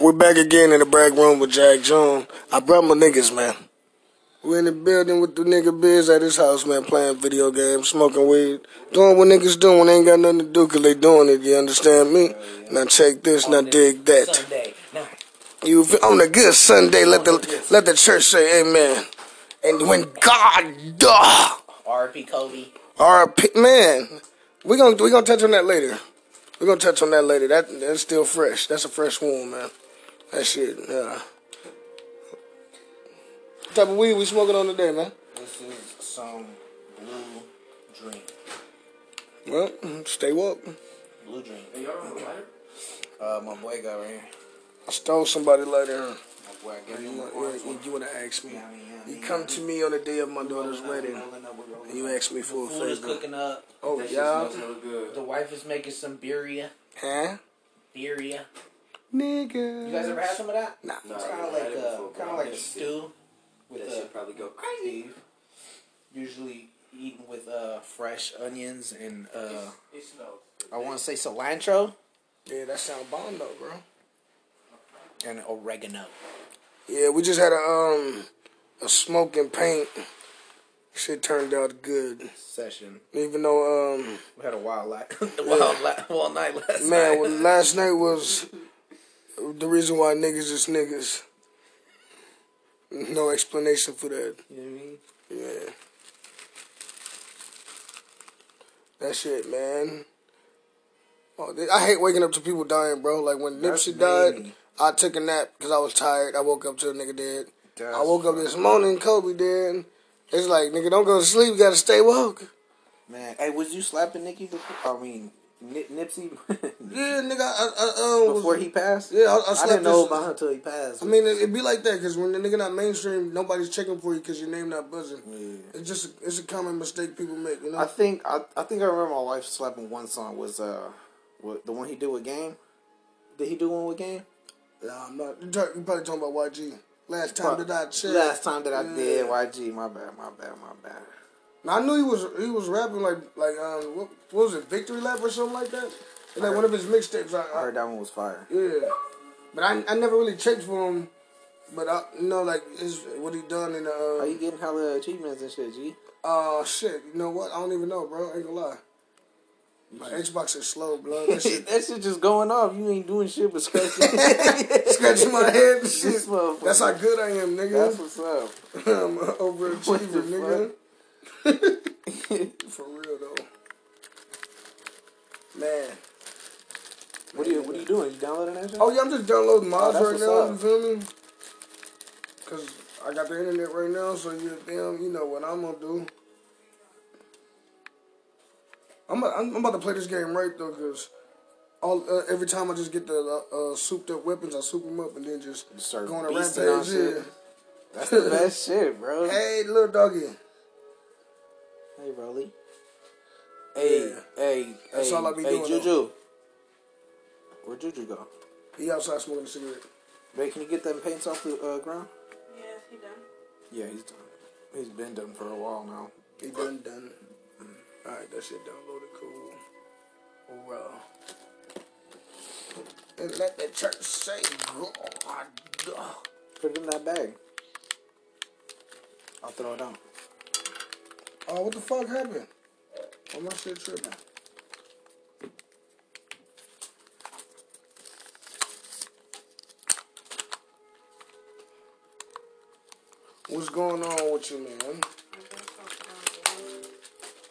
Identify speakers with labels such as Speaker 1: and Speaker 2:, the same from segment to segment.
Speaker 1: We're back again in the back room with Jack Jones. I brought my niggas, man. We're in the building with the nigga biz at his house, man, playing video games, smoking weed, doing what niggas doing. They ain't got nothing to do 'cause they doing it, you understand me? Now check this, now dig that.
Speaker 2: Sunday. Now,
Speaker 1: You feel- on a good Sunday, let the let the church say amen. And when God duh,
Speaker 2: R.P. Kobe.
Speaker 1: our p- man, we're gonna we gonna touch on that later. We're gonna touch on that later. That that's still fresh. That's a fresh wound, man. That shit, yeah. What type of weed we smoking on today, man?
Speaker 2: This is some blue dream.
Speaker 1: Well, stay woke.
Speaker 2: Blue dream. Uh, my boy got right here.
Speaker 1: I stole somebody later.
Speaker 2: My boy, I gave
Speaker 1: You
Speaker 2: him my
Speaker 1: want,
Speaker 2: orange one.
Speaker 1: you want to ask me?
Speaker 2: Yeah, I mean, yeah, I
Speaker 1: You
Speaker 2: mean,
Speaker 1: come
Speaker 2: yeah.
Speaker 1: to me on the day of my daughter's wedding,
Speaker 2: Rolling up, we're rolling
Speaker 1: and you
Speaker 2: up.
Speaker 1: ask me for a
Speaker 2: Food is
Speaker 1: favor.
Speaker 2: cooking up.
Speaker 1: Oh
Speaker 3: That shit
Speaker 1: yeah,
Speaker 3: smells hella good.
Speaker 2: The wife is making some birria.
Speaker 1: huh?
Speaker 2: Birria.
Speaker 1: Nigga.
Speaker 2: You guys ever had some of that?
Speaker 1: Nah.
Speaker 3: No,
Speaker 2: It's
Speaker 3: I
Speaker 2: kind of
Speaker 3: never
Speaker 2: like
Speaker 3: had it
Speaker 2: a
Speaker 3: before, but
Speaker 2: kind
Speaker 3: I
Speaker 2: of like a
Speaker 3: guess
Speaker 2: stew with
Speaker 3: That
Speaker 2: the
Speaker 3: shit probably go crazy.
Speaker 2: beef. Usually eaten with uh, fresh onions and uh,
Speaker 3: It smells.
Speaker 2: I want to say cilantro
Speaker 1: Yeah, that sound bomb though, bro.
Speaker 2: and oregano.
Speaker 1: Yeah, we just had a um a smoke and paint. Shit turned out good.
Speaker 2: Session.
Speaker 1: Even though um
Speaker 2: We had a wild night. wild, la- wild night last
Speaker 1: man,
Speaker 2: night.
Speaker 1: well, last night was the reason why niggas is niggas. No explanation for that.
Speaker 2: you know what I mean?
Speaker 1: Yeah. That shit, man. Oh, th- I hate waking up to people dying, bro. Like when
Speaker 2: That's
Speaker 1: Nipsey died,
Speaker 2: me.
Speaker 1: I took a nap because I was tired. I woke up to a nigga dead.
Speaker 2: That's
Speaker 1: I woke up this morning, Kobe dead. It's like, nigga, don't go to sleep. You gotta stay woke.
Speaker 2: Man, hey, was you slapping Nikki before? I mean, Nip- Nipsey
Speaker 1: Yeah, nigga, I, I, I um,
Speaker 2: before he passed?
Speaker 1: Yeah, I, I,
Speaker 2: I
Speaker 1: slept
Speaker 2: didn't know
Speaker 1: this-
Speaker 2: about him until he passed.
Speaker 1: I mean, it, it be like that because when the nigga not mainstream, nobody's checking for you because your name not buzzing.
Speaker 2: Yeah.
Speaker 1: It's just it's a common mistake people make, you know.
Speaker 2: I think I, I think I remember my wife slapping one song was uh what, the one he did with Game. Did he do one with Game?
Speaker 1: Nah, I'm not. You talk- you probably talking about YG. Last time
Speaker 2: Probably.
Speaker 1: that I checked.
Speaker 2: Last time that I did
Speaker 1: Yeah.
Speaker 2: YG, my bad, my bad, my bad.
Speaker 1: Now, I knew he was he was rapping like like um what, what was it Victory Lap or something like that. It's like one of his mixtapes. I,
Speaker 2: I
Speaker 1: I,
Speaker 2: heard that one was fire.
Speaker 1: yeah, but I, I never really checked for him. But I you know like his, what he done in
Speaker 2: Are you
Speaker 1: the
Speaker 2: getting hella achievements and shit, G?
Speaker 1: uh, uh shit. You know what? I don't even know, bro. I ain't gonna lie. My Xbox is slow, bro. That shit
Speaker 2: that shit just going off. You ain't doing shit but scratching.
Speaker 1: scratching my head and
Speaker 2: This
Speaker 1: shit.
Speaker 2: motherfucker.
Speaker 1: That's how good I am,
Speaker 2: That's
Speaker 1: nigga.
Speaker 2: what's up.
Speaker 1: I'm a overachiever,
Speaker 2: What the
Speaker 1: nigga.
Speaker 2: fuck?
Speaker 1: For real though. Man.
Speaker 2: What are you What are you doing? You downloading that shit?
Speaker 1: Oh yeah, I'm just downloading mods
Speaker 2: that's
Speaker 1: right
Speaker 2: what's
Speaker 1: now.
Speaker 2: up.
Speaker 1: You feel me? Cause I got the internet right now, so you damn, you know what I'm gonna do. I'm a, I'm about to play this game right though, cause all uh, every time I just get the uh, uh, souped up weapons, I soup them up and then just
Speaker 2: Start
Speaker 1: go on a
Speaker 2: beasting on
Speaker 1: rampage. Yeah.
Speaker 2: shit. That's the best shit, bro. Hey,
Speaker 1: Hey, little doggy.
Speaker 2: Broly. Hey,
Speaker 1: Yeah.
Speaker 2: hey,
Speaker 1: That's
Speaker 2: hey,
Speaker 1: all I be
Speaker 2: hey,
Speaker 1: doing,
Speaker 2: Juju. Where Juju go?
Speaker 1: He outside smoking a cigarette.
Speaker 2: Babe, can you get them paints off the uh, ground?
Speaker 4: Yeah, he done.
Speaker 2: Yeah, he's done. He's been done for a while now.
Speaker 1: He done done. Mm. All right, that shit downloaded. Cool. Bro. And let the church say God.
Speaker 2: Put it in that bag. I'll throw it out.
Speaker 1: Oh, what the fuck happened? Why my shit tripping? What's going on with you, man?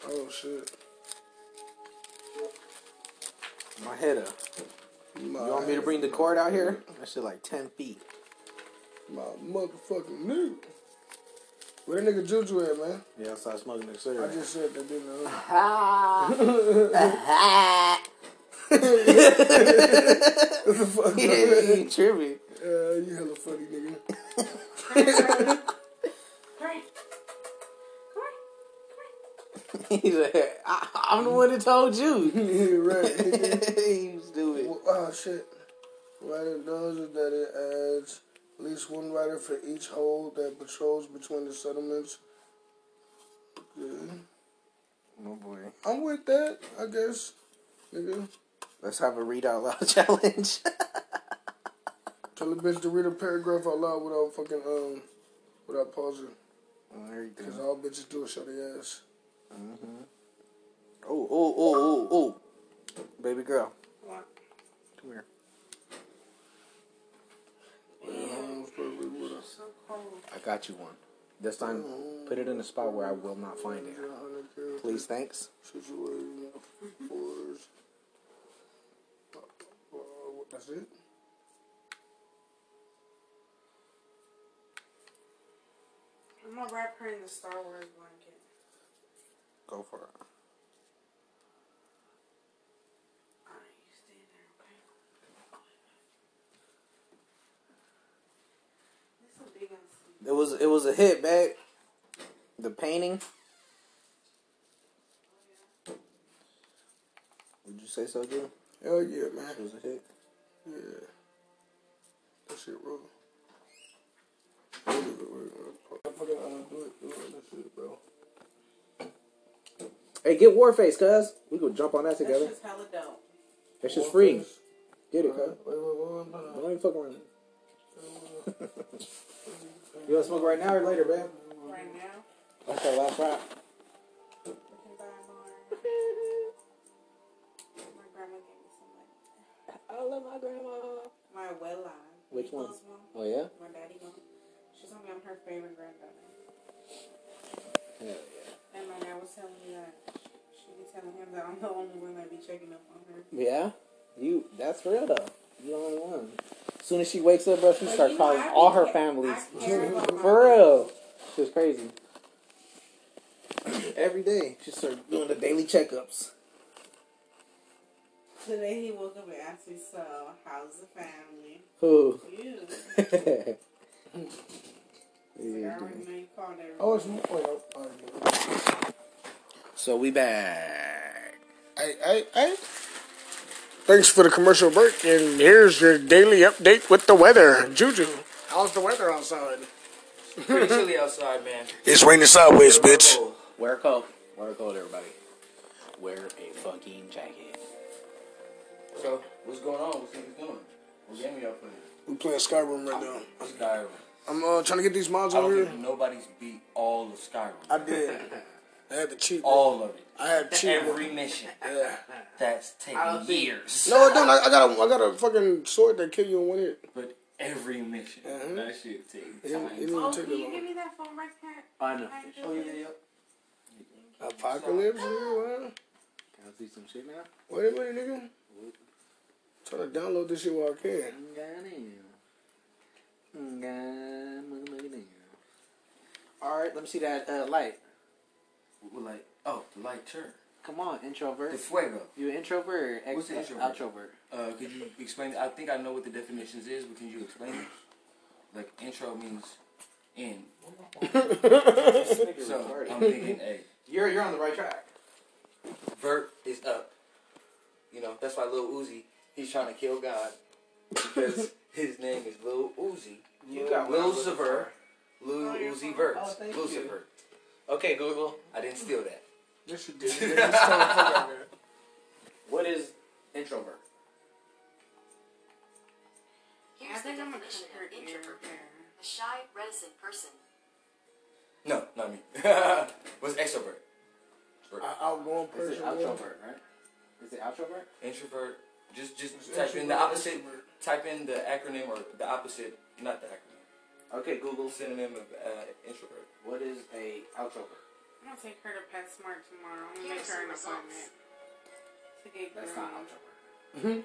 Speaker 1: Oh shit.
Speaker 2: My head up. You want me to bring the cord out here? That shit like ten feet.
Speaker 1: My motherfucking nigga. Where that nigga Juju at, man?
Speaker 2: Yeah, so I smoking a
Speaker 1: I
Speaker 2: cigarette.
Speaker 1: just said that, didn't I?
Speaker 2: yeah, you tripping.
Speaker 1: Uh, you hella funny, nigga.
Speaker 4: Hurry. Hurry.
Speaker 2: He's like, I, I'm the one that told you.
Speaker 1: yeah, right, nigga.
Speaker 2: you stupid.
Speaker 1: Well, oh, shit. Writer knows that it adds at least one writer for each hole that patrols between the settlements. Okay.
Speaker 2: Oh boy.
Speaker 1: I'm with that, I guess. Nigga.
Speaker 2: Let's have a read out loud challenge.
Speaker 1: Tell the bitch to read a paragraph out loud without fucking um without pausing.
Speaker 2: Oh, there you go.
Speaker 1: Cause all bitches do is show their ass.
Speaker 2: mm-hmm. Oh, oh, oh, oh, oh. Baby girl,
Speaker 4: What?
Speaker 2: come here.
Speaker 1: Um, probably with us.
Speaker 4: So cold.
Speaker 2: I got you one. This time, put it in a spot where I will not find it. Please, thanks.
Speaker 1: Situation force. Uh, That's it.
Speaker 4: I'm gonna wrap her in the Star Wars blanket.
Speaker 2: Go for it.
Speaker 4: Alright, you stay there, okay? This is a big one.
Speaker 2: It was it was a hit, babe. The painting. Would you say so, Drew?
Speaker 1: Hell yeah, man.
Speaker 2: It was a hit.
Speaker 1: Yeah. That shit roll. Fucking uh, do it, do it, that shit, bro.
Speaker 2: Hey, get Warface, cuz. We could jump on that
Speaker 4: That's
Speaker 2: together.
Speaker 4: just hella dope.
Speaker 2: That's just free. Get
Speaker 1: Wait,
Speaker 2: it, cuz.
Speaker 1: wait, wait, wait, wait.
Speaker 2: Don't even fuck around. you want to smoke right now or later, babe?
Speaker 4: Right now,
Speaker 2: Okay, last round.
Speaker 4: we can buy more. My grandma gave me some like
Speaker 2: I love my grandma.
Speaker 4: my well line.
Speaker 2: Which one? Oh, yeah?
Speaker 4: My daddy one. She told me I'm her favorite granddaughter.
Speaker 2: Hell yeah.
Speaker 4: And my dad was telling me that she be telling him that I'm the only one that be checking up on her.
Speaker 2: Yeah? You, that's real, though. You the only one. As soon as she wakes up, bro, she
Speaker 4: But
Speaker 2: starts
Speaker 4: you know,
Speaker 2: calling
Speaker 4: I
Speaker 2: all
Speaker 4: be
Speaker 2: her
Speaker 4: ca-
Speaker 2: families.
Speaker 4: I care about my
Speaker 2: For real. She was crazy. Every day, she started doing the daily checkups.
Speaker 4: Today he woke up and asked me, so how's the family?
Speaker 2: Who?
Speaker 4: You. I
Speaker 2: Yeah.
Speaker 4: already know you called everybody.
Speaker 1: Oh, it's more. Wait, oh, all right.
Speaker 2: So we back.
Speaker 1: Hey, hey, hey. Thanks for the commercial break, and here's your daily update with the weather. Juju, how's the weather outside?
Speaker 3: Pretty chilly outside, man.
Speaker 1: It's raining sideways,
Speaker 3: Wear a coat. Wear a coat, everybody. Wear a fucking jacket. So, what's going on? What's niggas doing? What game y'all playing?
Speaker 1: We playing Skyrim right now.
Speaker 3: Skyrim.
Speaker 1: I'm uh, trying to get these mods
Speaker 3: I don't
Speaker 1: over here.
Speaker 3: think nobody's beat all of Skyrim.
Speaker 1: I did. I had to cheat.
Speaker 3: all of it.
Speaker 1: I had to cheat.
Speaker 3: Oh. Every mission.
Speaker 1: Yeah.
Speaker 3: That's taken years.
Speaker 1: No, it don't. I, I got a, I got a fucking sword that kill you in one hit.
Speaker 3: But every mission. That shit takes
Speaker 1: It didn't, it
Speaker 3: time.
Speaker 1: didn't
Speaker 4: Oh,
Speaker 1: take
Speaker 4: can
Speaker 1: that
Speaker 4: you give
Speaker 1: long.
Speaker 4: me that phone right there?
Speaker 5: I know.
Speaker 4: I
Speaker 3: Oh, yeah,
Speaker 4: just-
Speaker 3: yeah.
Speaker 1: Apocalypse, nigga. Wow.
Speaker 5: Can I see some shit now?
Speaker 1: Wait a minute, nigga. Trying to download this shit while I can.
Speaker 5: Goddamn. Goddamn. All right, let me see that uh, light.
Speaker 3: We're like, oh, the light turn.
Speaker 5: Come on, introvert.
Speaker 3: The fuego.
Speaker 5: You an introvert? Ex-
Speaker 3: What's an introvert?
Speaker 5: Outrovert.
Speaker 3: Uh, could you explain? I think I know what the definitions is, but can you explain it? Like intro means in, so I'm thinking a
Speaker 5: um, You're you're on the right track.
Speaker 3: vert is up. You know that's why Lil Uzi he's trying to kill God because his name is Lil Uzi,
Speaker 5: You got what I was looking
Speaker 3: Lucifer, Lil
Speaker 4: Oh, you're
Speaker 3: Uzi
Speaker 4: fine.
Speaker 3: Vert,
Speaker 5: Oh, thank you.
Speaker 3: Lucifer. Okay, Google, I didn't steal that.
Speaker 1: Yes, you did. You just told the fuck out of it.
Speaker 5: What is introvert?
Speaker 4: I
Speaker 6: Here's the
Speaker 4: think I'm gonna
Speaker 6: definition
Speaker 4: convert
Speaker 6: of
Speaker 4: you right
Speaker 6: introvert.
Speaker 4: there.
Speaker 6: A shy, reticent person.
Speaker 2: Oh,
Speaker 3: No, not me. What's extrovert? Vert.
Speaker 1: I- Outgoing
Speaker 5: Is
Speaker 1: person.
Speaker 5: it
Speaker 1: man.
Speaker 5: outrovert? Right? Is it outrovert?
Speaker 3: Introvert. Just just
Speaker 1: It's
Speaker 3: type in the
Speaker 1: extrovert,
Speaker 3: opposite.
Speaker 1: extrovert.
Speaker 3: Type in the acronym or the opposite, not the acronym.
Speaker 5: Okay, Google.
Speaker 3: synonym of uh, introvert.
Speaker 5: What is a outrovert?
Speaker 4: I'm gonna take her to PetSmart tomorrow. I'm gonna
Speaker 6: Here
Speaker 4: make
Speaker 6: are
Speaker 4: her
Speaker 6: some
Speaker 4: an appointment.
Speaker 6: results.
Speaker 4: To get
Speaker 5: That's not
Speaker 4: groomed.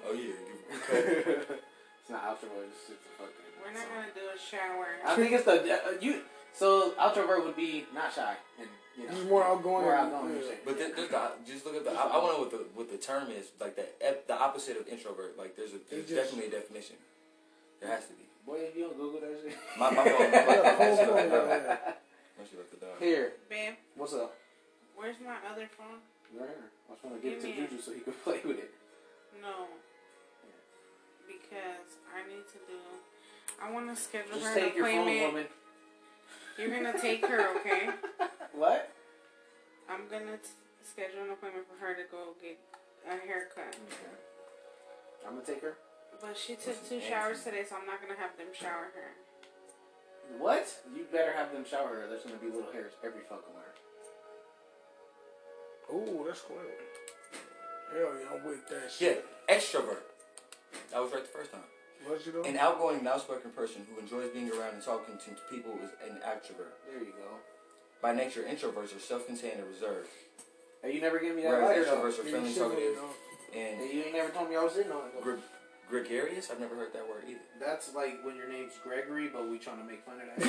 Speaker 5: outrovert.
Speaker 3: Oh yeah. you-
Speaker 5: it's not outrovert. It's just a fucking.
Speaker 4: We're not gonna do a shower.
Speaker 5: I think it's the uh, you. So outrovert would be not shy and you know
Speaker 1: Just more outgoing.
Speaker 5: more
Speaker 1: than-
Speaker 5: outgoing.
Speaker 1: yeah.
Speaker 5: you're saying.
Speaker 3: But the, the, the- just look at the. I, I want to know what the what the term is like the ep- the opposite of introvert. Like there's a there's
Speaker 1: just-
Speaker 3: definitely a definition. There has to be.
Speaker 5: boy, if you don't Google that shit.
Speaker 3: My my phone. My, my,
Speaker 1: Yeah,
Speaker 3: my,
Speaker 1: whole
Speaker 3: she
Speaker 1: phone,
Speaker 3: left the dog.
Speaker 1: yeah.
Speaker 3: My, she left the dog.
Speaker 5: Here,
Speaker 4: Babe,
Speaker 5: what's up?
Speaker 4: where's my other phone?
Speaker 5: Right here. I was trying to give it to
Speaker 4: Give me it.
Speaker 5: Juju so he could play with it.
Speaker 4: No. Because I need to do. I want to schedule
Speaker 5: Just
Speaker 4: her
Speaker 5: take
Speaker 4: an
Speaker 5: your phone,
Speaker 4: appointment.
Speaker 5: woman.
Speaker 4: You're gonna take her, okay?
Speaker 5: What?
Speaker 4: I'm gonna t- schedule an appointment for her to go get a haircut.
Speaker 5: I'm gonna take her.
Speaker 4: But she took two showers today, so I'm not gonna have them shower her.
Speaker 2: What? You better have them shower her. There's gonna be little hairs every fucking where.
Speaker 1: Ooh, that's cool. Hell yeah, I'm with that
Speaker 3: Yeah,
Speaker 1: shit.
Speaker 3: extrovert. I was right the first time.
Speaker 1: What you doing?
Speaker 3: An outgoing, outspoken person who enjoys being around and talking to people is an extrovert.
Speaker 2: There you go.
Speaker 3: By nature, introverts are self-contained and reserved,
Speaker 2: Hey, you never gave me that
Speaker 3: whereas
Speaker 2: lighter. though.
Speaker 3: extroverts are friendly, talkative, and
Speaker 2: Hey, you ain't never told me I was in on it. though.
Speaker 3: gre- gregarious. I've never heard that word either.
Speaker 2: That's like when your name's Gregory, but we trying to make fun of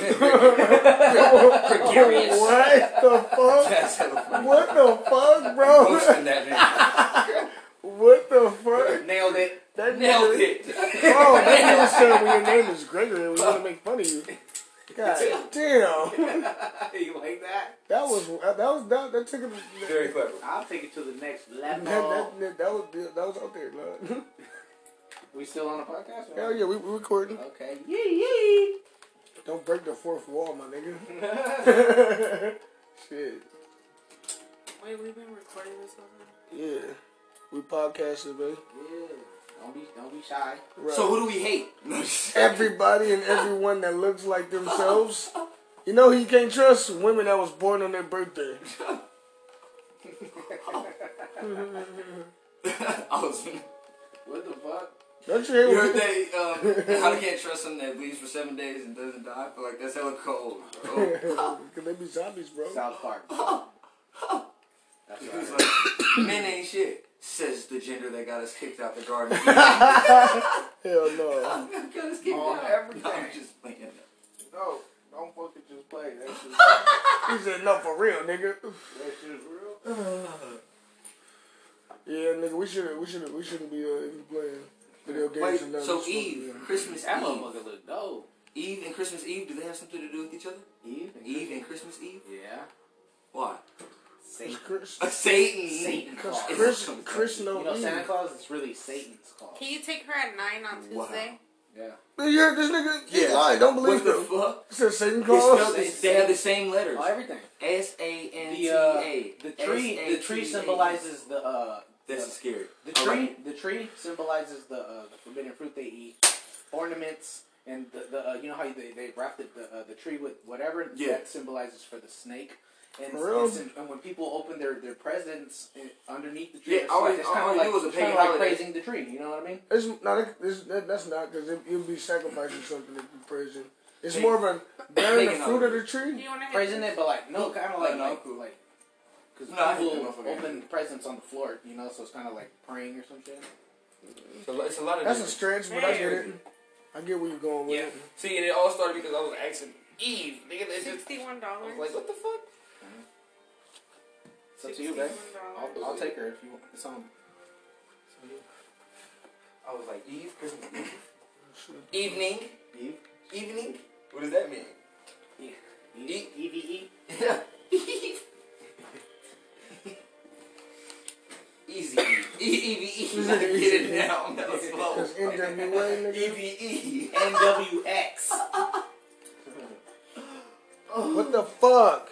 Speaker 2: that.
Speaker 3: gregarious.
Speaker 1: What the fuck?
Speaker 3: That's hella funny.
Speaker 1: What the fuck, bro?
Speaker 3: Roasting that
Speaker 1: What the fuck?
Speaker 2: nigga. Nailed it.
Speaker 1: That
Speaker 3: man. Nailed
Speaker 1: nigga-
Speaker 3: it.
Speaker 1: Oh, that nigga said when your name is Gregory, we want to make fun of you. God damn.
Speaker 2: you like that?
Speaker 1: That was uh, that was that that took
Speaker 3: Very
Speaker 1: it.
Speaker 3: clever.
Speaker 2: I'll take it to the next
Speaker 1: That,
Speaker 2: level.
Speaker 1: that, that, that was that was out there, man.
Speaker 2: we still on the podcast?
Speaker 1: Hell yeah, we, we recording.
Speaker 2: Okay. Yee
Speaker 1: Don't break the fourth wall, my nigga.
Speaker 2: yee.
Speaker 1: Shit.
Speaker 4: Wait, we've been recording this whole time?
Speaker 1: Yeah. We podcasting, man.
Speaker 2: Yeah. Don't be don't be shy.
Speaker 1: Right.
Speaker 3: So who do we hate?
Speaker 1: everybody and everyone that looks like themselves. You know who you can't trust? Women that was born on their birthday.
Speaker 3: I was.
Speaker 2: What the fuck?
Speaker 1: Don't you hear
Speaker 3: You
Speaker 1: what
Speaker 3: heard that? Um, how you can't trust someone that bleeds for seven days and doesn't die? I feel like that's hella cold, bro.
Speaker 1: Cause they be zombies, bro.
Speaker 2: South Park. That's
Speaker 3: It
Speaker 2: what I
Speaker 3: was
Speaker 2: heard.
Speaker 3: like, men ain't shit. Says the gender that got us kicked out the garden.
Speaker 1: Hell no.
Speaker 3: got us kicked
Speaker 2: On
Speaker 3: out.
Speaker 2: everything.
Speaker 3: No, I'm just playing.
Speaker 2: No, don't fucking just play. That's just,
Speaker 1: He said no for real, nigga.
Speaker 2: that's just real.
Speaker 1: Yeah, nigga, we should we should we shouldn't be uh, even playing video games. and
Speaker 3: Wait,
Speaker 1: nothing.
Speaker 3: so
Speaker 1: It's supposed to
Speaker 3: Eve,
Speaker 1: be-
Speaker 3: Christmas
Speaker 2: That
Speaker 3: Eve,
Speaker 2: motherfucker look dope.
Speaker 3: Eve and Christmas Eve, do they have something to do with each other?
Speaker 2: Eve?
Speaker 3: Eve and Christmas Eve?
Speaker 2: Yeah.
Speaker 3: Why?
Speaker 1: It's
Speaker 2: Satan.
Speaker 1: Chris,
Speaker 3: Satan.
Speaker 2: Satan Claus.
Speaker 1: Chris, Chris, no
Speaker 2: You know,
Speaker 1: Eve.
Speaker 2: Santa Claus is really Satan's Claus.
Speaker 4: Can you take her at nine on
Speaker 3: Wow.
Speaker 4: Tuesday?
Speaker 2: Yeah.
Speaker 1: You heard this nigga? He
Speaker 3: Yeah.
Speaker 1: lied. Don't
Speaker 3: What
Speaker 1: believe
Speaker 3: the
Speaker 1: him.
Speaker 3: fuck?
Speaker 1: It said Satan
Speaker 3: It's
Speaker 1: Claus.
Speaker 3: spelled the- they have the same letters.
Speaker 2: Oh, everything.
Speaker 3: S A N T
Speaker 2: The, uh,
Speaker 3: A. E.
Speaker 2: the tree, the tree symbolizes the, uh,
Speaker 3: That's
Speaker 2: the,
Speaker 3: scary.
Speaker 2: The
Speaker 3: All
Speaker 2: tree,
Speaker 3: right.
Speaker 2: the tree symbolizes the uh, the forbidden fruit they eat, ornaments, and the, the uh, you know how they they wrap the the, uh, the tree with whatever
Speaker 3: Yeah.
Speaker 2: that symbolizes for the snake. And,
Speaker 1: For real?
Speaker 2: it's in- and when people open their their presents in- underneath the tree,
Speaker 3: Yeah,
Speaker 2: it's,
Speaker 3: all
Speaker 2: like,
Speaker 3: I-
Speaker 2: it's
Speaker 3: all
Speaker 2: kind
Speaker 3: I
Speaker 2: of
Speaker 3: knew
Speaker 2: like,
Speaker 3: was a
Speaker 2: it's kinda
Speaker 3: pagan
Speaker 2: like
Speaker 3: holiday.
Speaker 2: praising the tree. You know what I mean?
Speaker 1: It's no, that, it's, that, that's not because it, you'd be sacrificing something if you praise him. It's more of a bearing the
Speaker 3: Taking
Speaker 1: fruit of
Speaker 3: over.
Speaker 1: the
Speaker 4: Do
Speaker 1: tree.
Speaker 4: you want to
Speaker 2: Praising it, but like no, kind of like
Speaker 3: no,
Speaker 2: like
Speaker 3: cool.
Speaker 2: like because
Speaker 3: No, I hate
Speaker 2: people
Speaker 3: that motherfucker.
Speaker 2: open presents on the floor. You know, so it's kind of like praying or some shit.
Speaker 3: So it's a lot of
Speaker 1: That's a
Speaker 3: different-
Speaker 1: stretch, but I get it. I get where you're going with
Speaker 3: Yeah.
Speaker 1: it.
Speaker 3: See, and it all started because I was asking Eve. Nigga, it's just,
Speaker 4: Sixty-one
Speaker 3: I
Speaker 4: dollars.
Speaker 3: was like, what the fuck?
Speaker 2: So to you, babe. I'll, I'll
Speaker 4: dollars.
Speaker 2: take her if you want. It's on.
Speaker 3: I was like, Eve, Christmas Eve? Evening? Eve? Evening? What does that mean?
Speaker 2: E E V E.
Speaker 3: Easy. E- E-V-E. I get it now. That was slow.
Speaker 1: Cause NWA, nigga.
Speaker 3: E-V-E.
Speaker 2: NWX.
Speaker 1: What the fuck?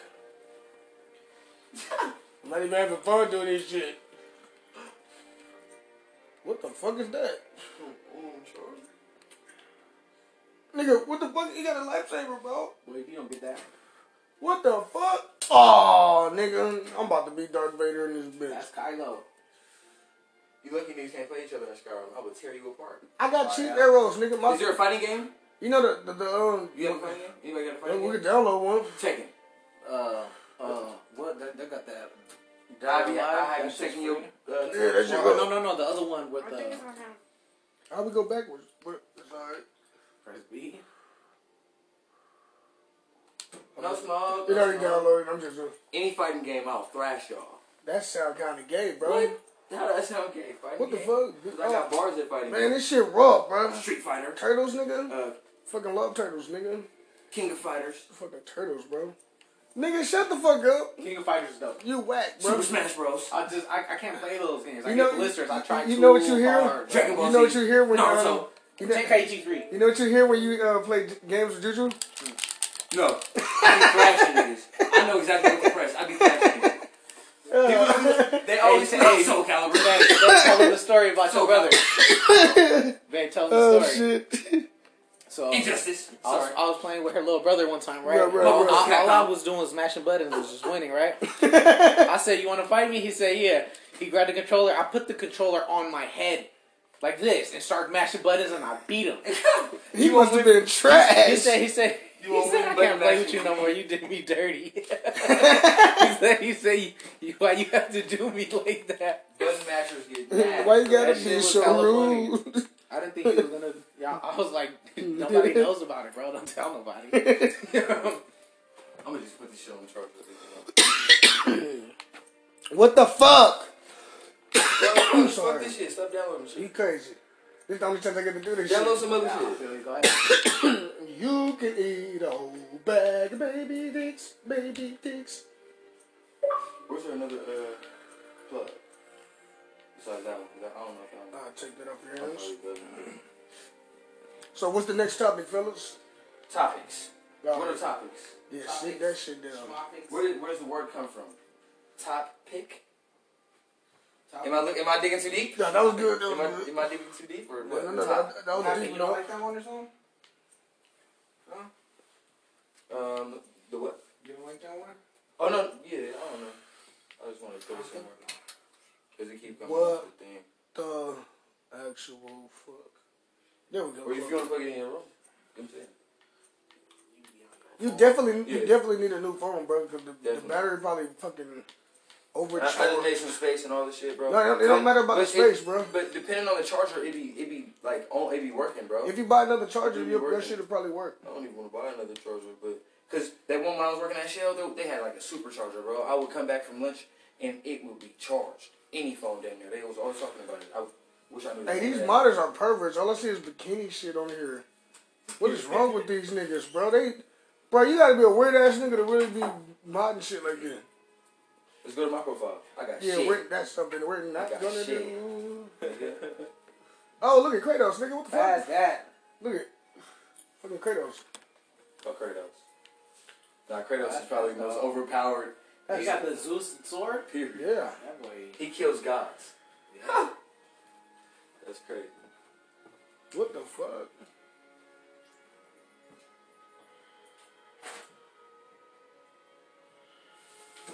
Speaker 1: I'm not even having fun doing this shit. What the fuck is that? Nigga, what the fuck? You got a lifesaver, bro.
Speaker 2: Wait, you don't get that.
Speaker 1: What the fuck? Oh, nigga, I'm about to be Darth Vader in this bitch.
Speaker 2: That's Kylo.
Speaker 3: You lucky niggas can't play each other in Skyrim. I would tear you apart.
Speaker 1: I got cheap
Speaker 2: yeah.
Speaker 1: arrows, nigga. My,
Speaker 3: Is there a fighting game?
Speaker 1: you know the the, the um.
Speaker 3: You got a fighting game? Anybody got a
Speaker 1: Yeah,
Speaker 3: fighting
Speaker 1: we
Speaker 3: game?
Speaker 1: could download one.
Speaker 3: Tekken.
Speaker 2: Uh, uh, what? They, they got that.
Speaker 3: I have, I have
Speaker 2: That's
Speaker 3: you
Speaker 2: just
Speaker 3: Tekken your...
Speaker 2: free.
Speaker 3: Uh,
Speaker 1: Yeah, that's your
Speaker 2: oh, No, no, no, no. The other one with
Speaker 4: I
Speaker 2: the
Speaker 4: think it's on him.
Speaker 1: I would go backwards, but it's alright.
Speaker 2: press B.
Speaker 3: No smog.
Speaker 1: It
Speaker 3: No
Speaker 1: already
Speaker 3: smog.
Speaker 1: downloaded. I'm just. uh,
Speaker 3: Any fighting game, I'll thrash y'all.
Speaker 1: That sound kind of gay, bro.
Speaker 3: What? How does that sound gay? Fighting
Speaker 1: What the
Speaker 3: game?
Speaker 1: fuck? Oh,
Speaker 3: 'Cause I got bars at fighting
Speaker 1: Man,
Speaker 3: game.
Speaker 1: this shit raw, bro.
Speaker 3: Street Fighter.
Speaker 1: Turtles, nigga.
Speaker 3: Uh,
Speaker 1: Fucking love turtles, nigga.
Speaker 3: King of Fighters.
Speaker 1: Fucking turtles, bro. Nigga, shut the fuck up.
Speaker 2: King of Fighters though.
Speaker 1: You whack, bro.
Speaker 3: Super Smash Bros.
Speaker 2: I just I, I can't play those games. I
Speaker 1: You know-
Speaker 2: get blisters. I try.
Speaker 1: you
Speaker 2: too
Speaker 1: know what you hear?
Speaker 2: Hard,
Speaker 3: Dragon Ball
Speaker 1: You know what
Speaker 3: Z.
Speaker 1: you hear when
Speaker 3: Naruto.
Speaker 1: um, you, know,
Speaker 2: JKG three.
Speaker 1: you know what you hear when you uh, play j- games with Juju?
Speaker 3: No. I be thrashing niggas. I know exactly what to press. I be thrashing niggas.
Speaker 1: Uh,
Speaker 3: They always say, "Oh, Soul Calibur."
Speaker 2: Van, Van, tell them the story about your brother. Van, tell them the
Speaker 1: Oh
Speaker 2: story.
Speaker 1: shit.
Speaker 2: So
Speaker 3: Injustice.
Speaker 2: I was,
Speaker 3: Sorry.
Speaker 2: I was playing with her little brother one time, right?
Speaker 1: Right, right,
Speaker 2: all,
Speaker 1: right.
Speaker 2: all- all I was doing was smashing buttons, was just winning, right? I said, "You want to fight me?" He said, "Yeah." He grabbed the controller. I put the controller on my head like this and started mashing buttons, and I beat him.
Speaker 1: He must have been trash.
Speaker 2: He said, "He said."
Speaker 3: You
Speaker 2: He
Speaker 3: won't
Speaker 2: said,
Speaker 3: win
Speaker 2: I
Speaker 3: button
Speaker 2: can't play with
Speaker 3: mashing.
Speaker 2: you no more. You did me dirty. he said, he said you, you, why you have to do me like that?
Speaker 3: Button mashers get mad.
Speaker 1: Why you
Speaker 2: That
Speaker 1: gotta
Speaker 2: shit
Speaker 1: be
Speaker 2: was
Speaker 1: so
Speaker 2: hella
Speaker 1: rude?
Speaker 2: I didn't think he was gonna. Yeah, I was like, nobody knows about it, bro. Don't tell nobody.
Speaker 3: I'm gonna just put this shit on charge. with it.
Speaker 1: What the fuck?
Speaker 3: Yo, Fuck
Speaker 1: Sorry.
Speaker 3: this shit. Stop downloading
Speaker 1: You
Speaker 3: shit.
Speaker 1: crazy. This is the only time I get to do this
Speaker 3: Download
Speaker 1: shit.
Speaker 3: some other shit.
Speaker 1: You can eat a whole bag of baby dicks, baby dicks.
Speaker 3: Where's there another uh, plug? Besides that one, 'cause I I don't know if I-
Speaker 1: I'll take that off
Speaker 3: I
Speaker 1: your hands.
Speaker 3: probably doesn't.
Speaker 1: So what's the next topic, fellas?
Speaker 3: Topics.
Speaker 1: Y'all-
Speaker 3: What are topics?
Speaker 1: Yeah, sit that shit down.
Speaker 3: Where, did, where does the word come from? Topic. Am I look, Am I digging too deep?
Speaker 1: No, that was good. That
Speaker 3: Am I,
Speaker 1: was good.
Speaker 3: am I digging too deep or
Speaker 1: No,
Speaker 3: what?
Speaker 1: no, no,
Speaker 3: Top-
Speaker 1: that, that was
Speaker 7: Happy, you
Speaker 1: deep.
Speaker 7: don't
Speaker 1: though.
Speaker 7: like that one or something?
Speaker 3: Um, the what?
Speaker 7: You don't like that one?
Speaker 3: Oh no, yeah, I don't know. I just want to put it somewhere. Cause it keep coming
Speaker 1: What?
Speaker 3: up the thing.
Speaker 1: The actual fuck. There we
Speaker 3: Or if you want
Speaker 1: go.
Speaker 3: to plug it in your room, you know what I'm saying.
Speaker 1: You definitely, you
Speaker 3: Yeah.
Speaker 1: definitely need a new phone, bro, because the, the
Speaker 3: Definitely.
Speaker 1: battery probably fucking
Speaker 3: I, I just
Speaker 1: overcharged.
Speaker 3: made some space and all this shit, bro.
Speaker 1: No, it don't
Speaker 3: But-
Speaker 1: matter about the
Speaker 3: but it-
Speaker 1: space, bro.
Speaker 3: But depending on the charger, it be it be like on it be working, bro.
Speaker 1: If you buy another charger,
Speaker 3: It'll be
Speaker 1: your, your
Speaker 3: working.
Speaker 1: shit'll probably work.
Speaker 3: I don't even want to buy another charger, but because that one when I was working at Shell, they, they had like a supercharger, bro. I would come back from lunch and it would be charged. Any phone down there, they was always talking about it. I wish I knew.
Speaker 1: Hey,
Speaker 3: they had
Speaker 1: these
Speaker 3: that.
Speaker 1: modders are perverts. All I see is bikini shit on here. What is wrong with these niggas, bro? They, bro, you gotta be a weird ass nigga to really be modding shit like that.
Speaker 3: Let's go to my profile. I got
Speaker 1: Yeah,
Speaker 3: shit.
Speaker 1: we're, that's something we're not
Speaker 3: got
Speaker 1: gonna
Speaker 3: shit.
Speaker 1: do.
Speaker 3: Yeah.
Speaker 1: Oh, look at Kratos, nigga. What the fuck?
Speaker 7: Pass that.
Speaker 1: Look at fucking Kratos.
Speaker 3: Oh, Kratos. Nah, Kratos is probably the most overpowered.
Speaker 2: you got the Zeus sword.
Speaker 3: Period.
Speaker 1: Yeah.
Speaker 2: That boy.
Speaker 3: He kills gods. That's crazy.
Speaker 1: What the fuck?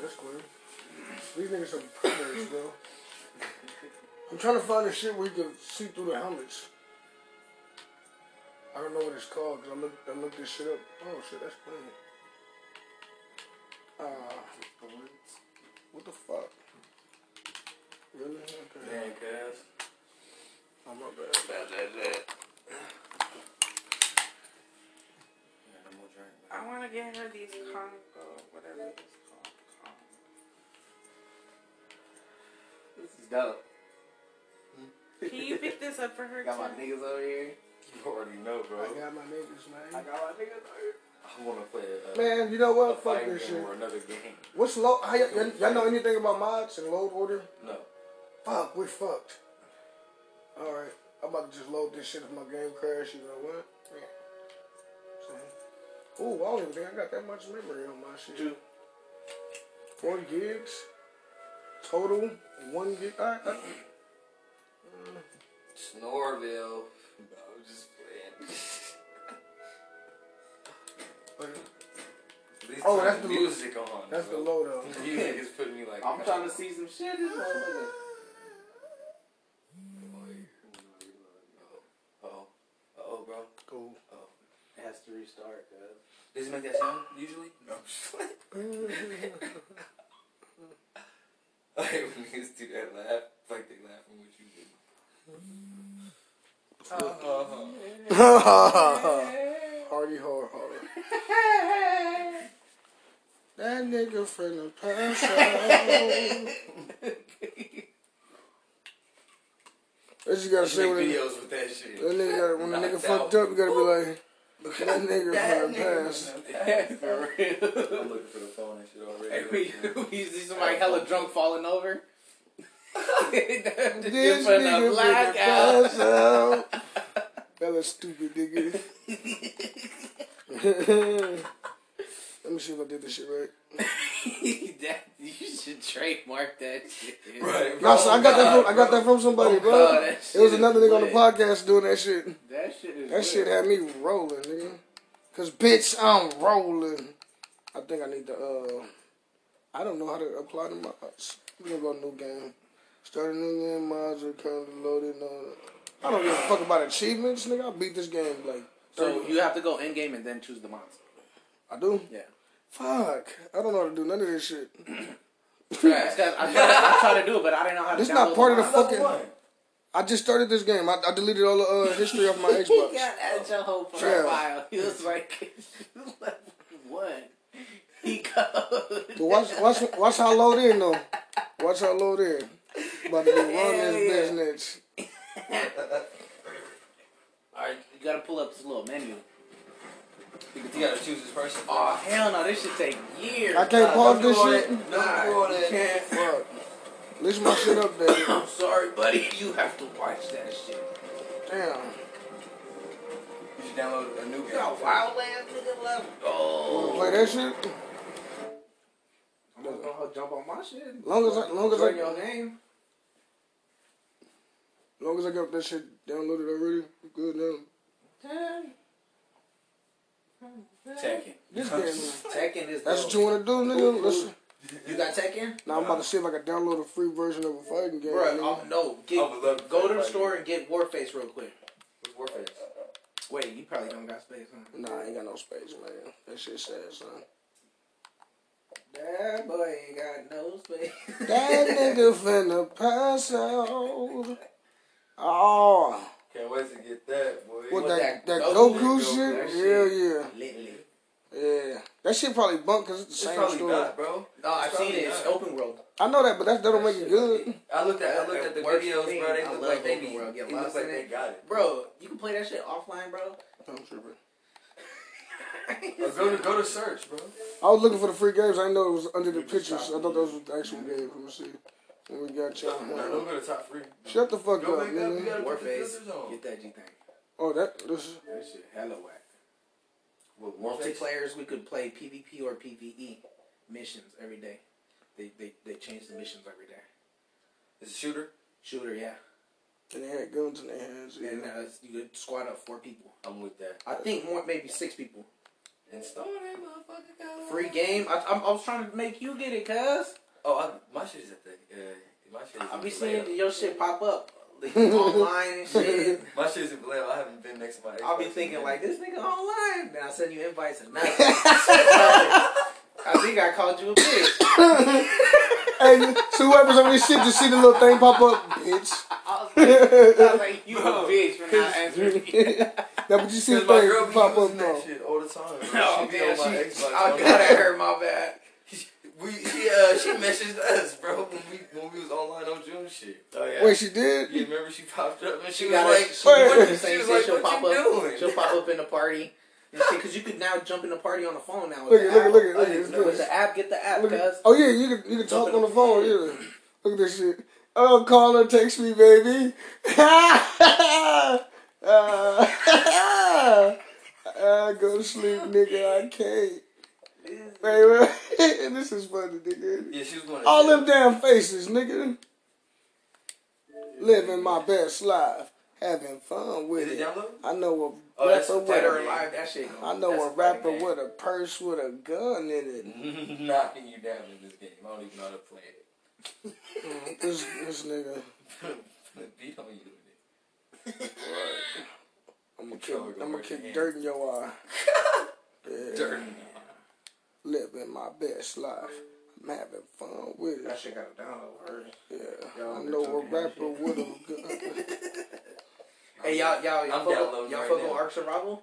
Speaker 1: That's clear. These niggas some predators, bro. I'm trying to find a shit where you can see through the helmets. I don't know what it's called because I looked I looked this shit up. Oh shit, that's clean. Uh, what the fuck? Really? Okay.
Speaker 3: Man, cuz.
Speaker 1: Oh my bad.
Speaker 3: Bad, bad, bad. Yeah, no more drink, man.
Speaker 4: I want to get her these Conoco, whatever it's called.
Speaker 2: This is dope.
Speaker 4: Con- Can you pick this up for her?
Speaker 2: Got my
Speaker 4: too?
Speaker 2: niggas over here.
Speaker 3: You already know, bro.
Speaker 1: I got my niggas,
Speaker 2: I
Speaker 1: man.
Speaker 2: got my niggas over here.
Speaker 3: I want to play a, a,
Speaker 1: Man, you know
Speaker 3: a
Speaker 1: what? Fuck
Speaker 3: fighting
Speaker 1: this
Speaker 3: game
Speaker 1: shit.
Speaker 3: or another game.
Speaker 1: What's low? How y'all, y'all- y'all know anything about mods and load order?
Speaker 3: No.
Speaker 1: Fuck, we fucked. All right, I'm about to just load this shit if my game crash. You know what? So, Ooh, I don't even think I got that much memory on my shit.
Speaker 2: Two.
Speaker 1: Four gigs total. One gig. All right, all right.
Speaker 3: Snorville. No, I'm just playing. At least
Speaker 1: Oh,
Speaker 3: turn
Speaker 1: that's the-
Speaker 3: music on.
Speaker 1: that's the
Speaker 3: bro.
Speaker 1: low though.
Speaker 3: You niggas putting me like.
Speaker 2: I'm trying to see some shit. This motherfucker.
Speaker 3: Oh, oh, bro.
Speaker 1: Cool.
Speaker 2: It has to restart, cuz.
Speaker 3: Does it make that sound usually? No, I'm just playing. I hate when niggas do that laugh, like they laughing what you do.
Speaker 1: Hardy hard hard. That nigga finna pass out. That's you gotta say
Speaker 3: Make
Speaker 1: when it,
Speaker 3: videos with that shit.
Speaker 1: that nigga gotta, when the nigga
Speaker 3: Knocked
Speaker 1: fucked
Speaker 3: out.
Speaker 1: up, you gotta be like, that nigga finna pass.
Speaker 2: For real.
Speaker 3: I'm looking for the phone and shit
Speaker 2: Hey,
Speaker 3: already.
Speaker 2: we, we see somebody hella drunk falling over.
Speaker 1: This
Speaker 2: this
Speaker 1: nigga finna pass out. That was stupid, nigga. Let me see if I did this shit right.
Speaker 2: that you should trademark that shit.
Speaker 3: Right.
Speaker 1: Nah, so I got that. From, I got
Speaker 3: bro.
Speaker 1: that from somebody, bro.
Speaker 2: God, that
Speaker 1: it was
Speaker 2: shit
Speaker 1: another
Speaker 2: is
Speaker 1: nigga on the
Speaker 2: lit.
Speaker 1: podcast doing that shit.
Speaker 2: That shit is.
Speaker 1: That shit
Speaker 2: good.
Speaker 1: had me rolling, nigga. Cause bitch, I'm rolling. I think I need to. Uh, I don't know how to apply the mods. We gonna go new game. Start a new game. Mods are currently loaded. No, I don't give a fuck about achievements, nigga. I beat this game like.
Speaker 2: So you have to go in game and then choose the monster.
Speaker 1: I do.
Speaker 2: Yeah.
Speaker 1: Fuck. I don't know how to do none of this shit.
Speaker 2: That's 'cause I, tried, I tried to do it, but I didn't know how to.
Speaker 1: This
Speaker 2: download
Speaker 1: not part of the
Speaker 2: mod.
Speaker 1: fucking. I just started this game. I, I deleted all the uh, history off my Xbox.
Speaker 2: He got at your whole
Speaker 1: Yeah.
Speaker 2: profile. He was like, what? He goes.
Speaker 1: But watch, watch, watch how low in though. Watch how low in. About to be running
Speaker 2: Hell
Speaker 1: this
Speaker 2: yeah.
Speaker 1: business.
Speaker 2: Alright, you gotta pull up this little menu.
Speaker 3: You gotta choose this person.
Speaker 2: Oh, hell no, this should take years.
Speaker 1: I can't pause
Speaker 3: Don't do
Speaker 1: this
Speaker 3: all
Speaker 1: shit.
Speaker 3: that. Don't do all
Speaker 2: Nah, you
Speaker 3: that.
Speaker 2: can't.
Speaker 1: Fuck. Lift my shit up, baby.
Speaker 2: I'm sorry, buddy. You have to watch that shit.
Speaker 1: Damn.
Speaker 3: You should download a new game.
Speaker 2: Yo, Wildlands nigga left.
Speaker 1: Wanna
Speaker 2: Oh.
Speaker 1: play that shit?
Speaker 2: I'm not gonna jump on my shit.
Speaker 1: Long as I, long as
Speaker 2: Drag
Speaker 1: I,
Speaker 2: your name.
Speaker 1: long as I got that shit downloaded already, we good now.
Speaker 3: Tekken.
Speaker 1: This game,
Speaker 2: Tekken is
Speaker 1: that's
Speaker 2: dope.
Speaker 1: what you wanna do, nigga. Listen,
Speaker 2: You got Tekken?
Speaker 1: now I'm about to see if I can download a free version of a fighting game.
Speaker 2: Bro,
Speaker 1: nigga.
Speaker 2: um, no. Get,
Speaker 3: I would love to
Speaker 2: go to
Speaker 3: play
Speaker 2: the
Speaker 3: like
Speaker 2: store and get Warface real quick.
Speaker 3: What's Warface?
Speaker 2: Wait, you probably don't got space, huh?
Speaker 1: Nah, I ain't got no space, man. That shit sad, son.
Speaker 2: That boy ain't got no space.
Speaker 1: That nigga finna pass out. Oh,
Speaker 3: Can't wait to get that, boy.
Speaker 1: what
Speaker 2: What
Speaker 1: that
Speaker 2: that
Speaker 1: that
Speaker 2: Goku
Speaker 1: Goku
Speaker 3: shit?
Speaker 1: shit?
Speaker 2: That
Speaker 1: Hell
Speaker 2: shit.
Speaker 1: yeah,
Speaker 2: Literally.
Speaker 1: yeah. That shit probably bunk because it's
Speaker 3: It's
Speaker 1: the same
Speaker 3: probably
Speaker 1: story.
Speaker 3: not, bro.
Speaker 2: No, I've
Speaker 3: Probably
Speaker 2: seen it. It's
Speaker 3: not.
Speaker 2: open world.
Speaker 1: I know that, but that, that don't make it good.
Speaker 3: I looked at I looked at the
Speaker 2: Worst
Speaker 3: videos,
Speaker 2: thing,
Speaker 3: bro. They
Speaker 2: I
Speaker 3: look
Speaker 2: love
Speaker 3: like they
Speaker 2: open
Speaker 3: be.
Speaker 2: world. Get
Speaker 3: It
Speaker 2: lost
Speaker 3: looks like
Speaker 2: in
Speaker 3: they
Speaker 2: it.
Speaker 3: got it.
Speaker 2: Bro, you can play that shit offline, bro.
Speaker 1: I'm tripping.
Speaker 3: Uh, Go to go to search, bro.
Speaker 1: I was looking for the free games. I didn't know it was under the pictures. I thought those was the actual games. Let me see. When we got y'all.
Speaker 3: No, don't go to top three.
Speaker 1: Shut the fuck
Speaker 3: Go
Speaker 1: up,
Speaker 3: back up. You
Speaker 1: nigga.
Speaker 3: gotta put the
Speaker 2: Warface.
Speaker 3: filters on.
Speaker 2: Get that G thing.
Speaker 1: Oh, that this.
Speaker 2: That shit hella whack.
Speaker 3: What, Warface?
Speaker 2: Multiplayers, we could play PvP or PvE missions every day. They they they change the missions every day.
Speaker 3: It's a shooter.
Speaker 2: Shooter, yeah.
Speaker 1: And they had guns in their hands. Yeah.
Speaker 2: And uh, you could squad up four people.
Speaker 3: I'm with that.
Speaker 2: I think more, maybe six people.
Speaker 3: Install that motherfucker. guys.
Speaker 2: Free game. I, I'm, I was trying to make you get it, cuz.
Speaker 3: Oh, I, my shit is at the. Uh, my shit. Is
Speaker 2: I'll
Speaker 3: in
Speaker 2: be
Speaker 3: Vallejo.
Speaker 2: seeing your shit pop up like, online and shit.
Speaker 3: My shit is in Vallejo. I haven't been next to my.
Speaker 2: I'll be
Speaker 3: Xbox
Speaker 2: thinking
Speaker 3: yet.
Speaker 2: like this nigga online. Then I send you invites and nothing. I think I called you a bitch.
Speaker 1: Hey, so whoever's on this shit just see the little thing pop up, bitch.
Speaker 2: I was like, I was like you a bitch for not answering me.
Speaker 1: Now, but you see the
Speaker 3: Cause my girl
Speaker 1: thing
Speaker 3: be
Speaker 1: pop up
Speaker 3: using that
Speaker 1: now.
Speaker 3: shit all the time.
Speaker 2: Oh,
Speaker 3: she "Oh, be
Speaker 2: man,
Speaker 3: on my
Speaker 2: she- I
Speaker 3: Xbox. all
Speaker 2: got
Speaker 3: the
Speaker 2: at
Speaker 3: time.
Speaker 2: her, my bad.
Speaker 3: We she uh she messaged us, bro, when we when we was online on June shit.
Speaker 2: Oh, yeah.
Speaker 1: Wait, she did?
Speaker 3: You remember she popped up and she,
Speaker 2: She
Speaker 3: was
Speaker 2: got
Speaker 3: like,
Speaker 2: like, she
Speaker 1: "Wait."
Speaker 2: does the
Speaker 3: what, she
Speaker 2: same
Speaker 3: was
Speaker 2: thing.
Speaker 3: like,
Speaker 2: she'll
Speaker 3: what
Speaker 2: pop
Speaker 3: you
Speaker 2: up.
Speaker 3: doing?
Speaker 2: She'll pop up in the party and shit because you could now jump in the party on the phone now.
Speaker 1: Look
Speaker 2: With
Speaker 1: at,
Speaker 2: the
Speaker 1: look at, look at, look
Speaker 2: app.
Speaker 3: I
Speaker 1: at
Speaker 3: didn't
Speaker 2: Look at
Speaker 1: this.
Speaker 2: the app. Get the app,
Speaker 1: Look at,
Speaker 2: cuz.
Speaker 1: oh yeah, you can you can talk on the phone. Yeah. Look at this shit. Oh, call her, text me, baby. uh, I go to sleep, nigga. I can't. Baby, this is funny, nigga.
Speaker 3: Yeah, she was one of
Speaker 1: All them
Speaker 3: them.
Speaker 1: damn faces, nigga. Living my best life, having fun with
Speaker 3: Is it
Speaker 1: it.
Speaker 3: download?
Speaker 1: I know a
Speaker 3: Oh, that's
Speaker 1: rapper with
Speaker 2: Dead or
Speaker 1: a,
Speaker 3: better.
Speaker 2: alive, that shit.
Speaker 1: I know
Speaker 2: that's
Speaker 1: a
Speaker 2: better
Speaker 1: rapper
Speaker 2: game.
Speaker 1: with a purse with a gun in it.
Speaker 3: Knocking you down in this game. I don't even know how to play it. Mm-hmm.
Speaker 1: This this nigga.
Speaker 3: Beat on you. in
Speaker 1: I'm gonna kick,
Speaker 3: Controller
Speaker 1: I'm
Speaker 3: gonna
Speaker 1: gonna
Speaker 3: work your
Speaker 1: kick
Speaker 3: hand.
Speaker 1: dirt in your uh, eye.
Speaker 3: it.
Speaker 1: Yeah,
Speaker 3: Dirt.
Speaker 1: living my best life. I'm having fun with
Speaker 2: That
Speaker 1: it.
Speaker 2: shit got to download her.
Speaker 1: Yeah,
Speaker 2: Y'all
Speaker 1: I
Speaker 2: been
Speaker 1: know a
Speaker 2: talking
Speaker 1: rapper
Speaker 2: shit.
Speaker 1: with a gun.
Speaker 2: Hey, y'all, y'all, y'all,
Speaker 3: I'm
Speaker 2: fuck
Speaker 3: downloading
Speaker 2: with- y'all
Speaker 3: right
Speaker 2: fuck with
Speaker 3: now.
Speaker 2: Ark Survival?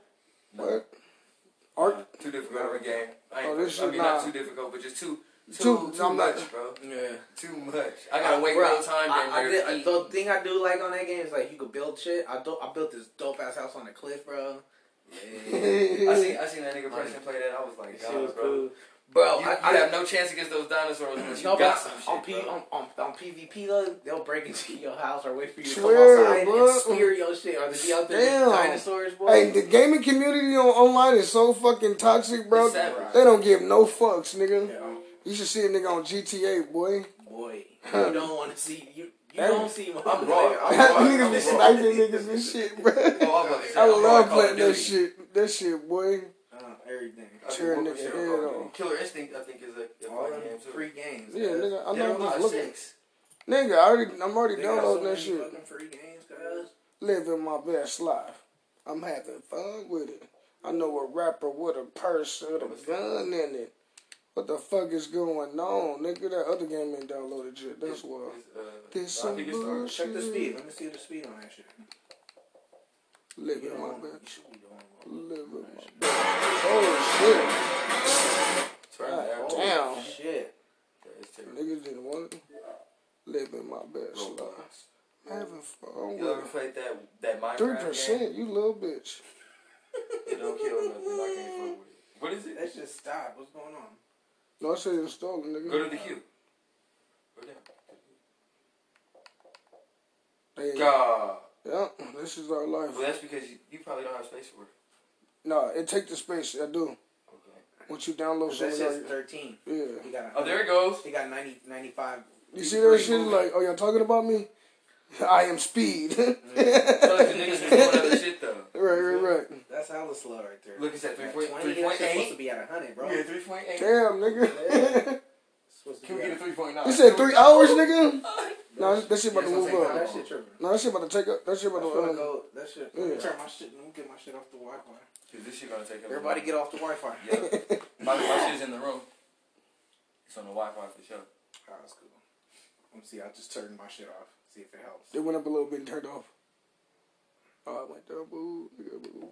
Speaker 1: What? Art?
Speaker 3: Too difficult of a game. I, ain't,
Speaker 1: Oh, this
Speaker 3: I
Speaker 1: shit,
Speaker 3: mean,
Speaker 1: nah.
Speaker 3: not too difficult, but just too, too,
Speaker 1: Too-
Speaker 3: too,
Speaker 1: I'm not-
Speaker 3: much, bro.
Speaker 2: Yeah.
Speaker 3: Too much. I gotta wait
Speaker 2: Uh, Bruh,
Speaker 3: real time
Speaker 2: I, I
Speaker 3: down
Speaker 2: did,
Speaker 3: there. to eat.
Speaker 2: the thing I do like on that game is like you could build shit. I do, I built this dope ass house on a cliff, bro.
Speaker 3: Oh I seen I seen that nigga person play that. I was like,
Speaker 2: That
Speaker 3: God,
Speaker 2: shit was
Speaker 3: bro.
Speaker 2: cool. Bro,
Speaker 3: you,
Speaker 2: I,
Speaker 3: you
Speaker 2: I
Speaker 3: have no chance against those dinosaurs unless you
Speaker 2: No,
Speaker 3: got
Speaker 2: but
Speaker 3: some
Speaker 2: on,
Speaker 3: shit,
Speaker 2: P,
Speaker 3: bro.
Speaker 2: on, on, on PvP though, they'll break into your house or wait for you to
Speaker 1: Swear,
Speaker 2: come outside
Speaker 1: bro.
Speaker 2: and spear your shit or the out there
Speaker 1: Damn.
Speaker 2: with dinosaurs, boy.
Speaker 1: Hey, the gaming community on online is so fucking toxic, bro.
Speaker 3: It's sad, bro.
Speaker 1: They don't give no fucks, nigga.
Speaker 2: Yeah.
Speaker 1: You should see a nigga on GTA, boy.
Speaker 2: Boy, you don't want to see you. You don't see my
Speaker 3: I'm raw. I'm raw. I'm
Speaker 1: niggas be
Speaker 3: raw.
Speaker 1: sniping niggas and shit, bro.
Speaker 3: Oh, I'm about to say,
Speaker 1: I
Speaker 3: I'm raw
Speaker 1: love
Speaker 3: Call of
Speaker 1: playing that
Speaker 3: Duty.
Speaker 1: shit. That shit, boy.
Speaker 7: Uh, everything.
Speaker 3: I think
Speaker 1: Tear a
Speaker 3: Warcraft
Speaker 1: nigga
Speaker 3: shit,
Speaker 1: head
Speaker 3: Call of
Speaker 1: off.
Speaker 3: Duty. Killer Instinct, I think, is a, a
Speaker 7: All
Speaker 3: fighting game
Speaker 7: them
Speaker 3: too.
Speaker 7: free games.
Speaker 1: Yeah, nigga, I
Speaker 3: Dead
Speaker 1: know
Speaker 3: or
Speaker 1: I'm
Speaker 3: Alive
Speaker 1: just looking.
Speaker 3: 6.
Speaker 1: Nigga, I already, I'm already
Speaker 7: They got so
Speaker 1: downloading that
Speaker 7: many
Speaker 1: shit.
Speaker 7: fucking free games, cuz.
Speaker 1: Living my best life. I'm having fun with it. I know a rapper with a purse with a gun in it. What the fuck is going on, nigga? That other game ain't downloaded yet. That's why.
Speaker 3: It's, uh,
Speaker 1: This
Speaker 3: I
Speaker 1: some
Speaker 3: think it's started.
Speaker 1: bullshit.
Speaker 7: Check the speed. Let me see the speed on that shit. You
Speaker 1: Living
Speaker 7: don't
Speaker 1: my
Speaker 7: want- you
Speaker 1: best.
Speaker 7: should be doing well.
Speaker 1: Living my best. Oh
Speaker 3: Turn
Speaker 1: God
Speaker 3: that off.
Speaker 1: damn.
Speaker 7: Oh, Shit.
Speaker 3: Yeah, it's
Speaker 1: shit,
Speaker 3: terrible.
Speaker 1: niggas didn't want it. Living my best life.
Speaker 3: Roblox.
Speaker 1: Having fun
Speaker 3: You
Speaker 1: with
Speaker 3: ever
Speaker 1: it.
Speaker 3: played that that Minecraft
Speaker 1: Three
Speaker 3: game?
Speaker 1: percent, you little bitch.
Speaker 3: It don't kill nothing. I can't fuck with it. What is it?
Speaker 7: That shit stopped. What's going on?
Speaker 1: No, I said install it, nigga.
Speaker 3: Go to the queue. Go down.
Speaker 1: Hey,
Speaker 3: God.
Speaker 1: Yep, this is our life.
Speaker 3: Well, that's because you, you probably don't have space for it.
Speaker 1: No, it take the space. I do.
Speaker 3: Okay.
Speaker 1: Once you download
Speaker 7: 'Cause That
Speaker 1: something,
Speaker 7: shit's
Speaker 1: like,
Speaker 7: 13.
Speaker 1: yeah.
Speaker 7: He got a
Speaker 3: Oh, there it goes.
Speaker 7: He got 90, 95.
Speaker 1: You see that shit? Like, oh, y'all talking about me? I am speed. right,
Speaker 3: Tell us the niggas was doing other shit though.
Speaker 1: right, right.
Speaker 7: That's hella slow right there.
Speaker 3: Look, it's at
Speaker 7: That
Speaker 3: 3.8.
Speaker 7: 20, that shit's supposed to be at 100, bro.
Speaker 3: Yeah, three point eight.
Speaker 1: Damn, nigga.
Speaker 7: It's supposed to
Speaker 3: Can we
Speaker 7: be
Speaker 3: get a
Speaker 7: at-
Speaker 3: three point nine?
Speaker 1: you said three hours, nigga. No, that- that shit about to
Speaker 3: Yes, I'm
Speaker 1: move
Speaker 3: saying
Speaker 7: Nah,
Speaker 1: up.
Speaker 7: That shit tripping.
Speaker 1: No, that shit about to take up. That shit
Speaker 7: That's
Speaker 1: about
Speaker 7: gonna
Speaker 1: to. Um,
Speaker 7: go. That shit. Let me
Speaker 1: yeah.
Speaker 7: turn my shit. Let me get my shit off the Wi-Fi.
Speaker 3: Cause this shit gonna take up.
Speaker 7: Everybody get off the Wi-Fi.
Speaker 3: Yeah. My, my shit's in the room. It's on the Wi-Fi for sure.
Speaker 7: Ah, that's cool. Let me see. I just turned my shit off. See if it helps.
Speaker 1: it went up a little bit and turned off. Oh, I went down. Boo, nigga, boo.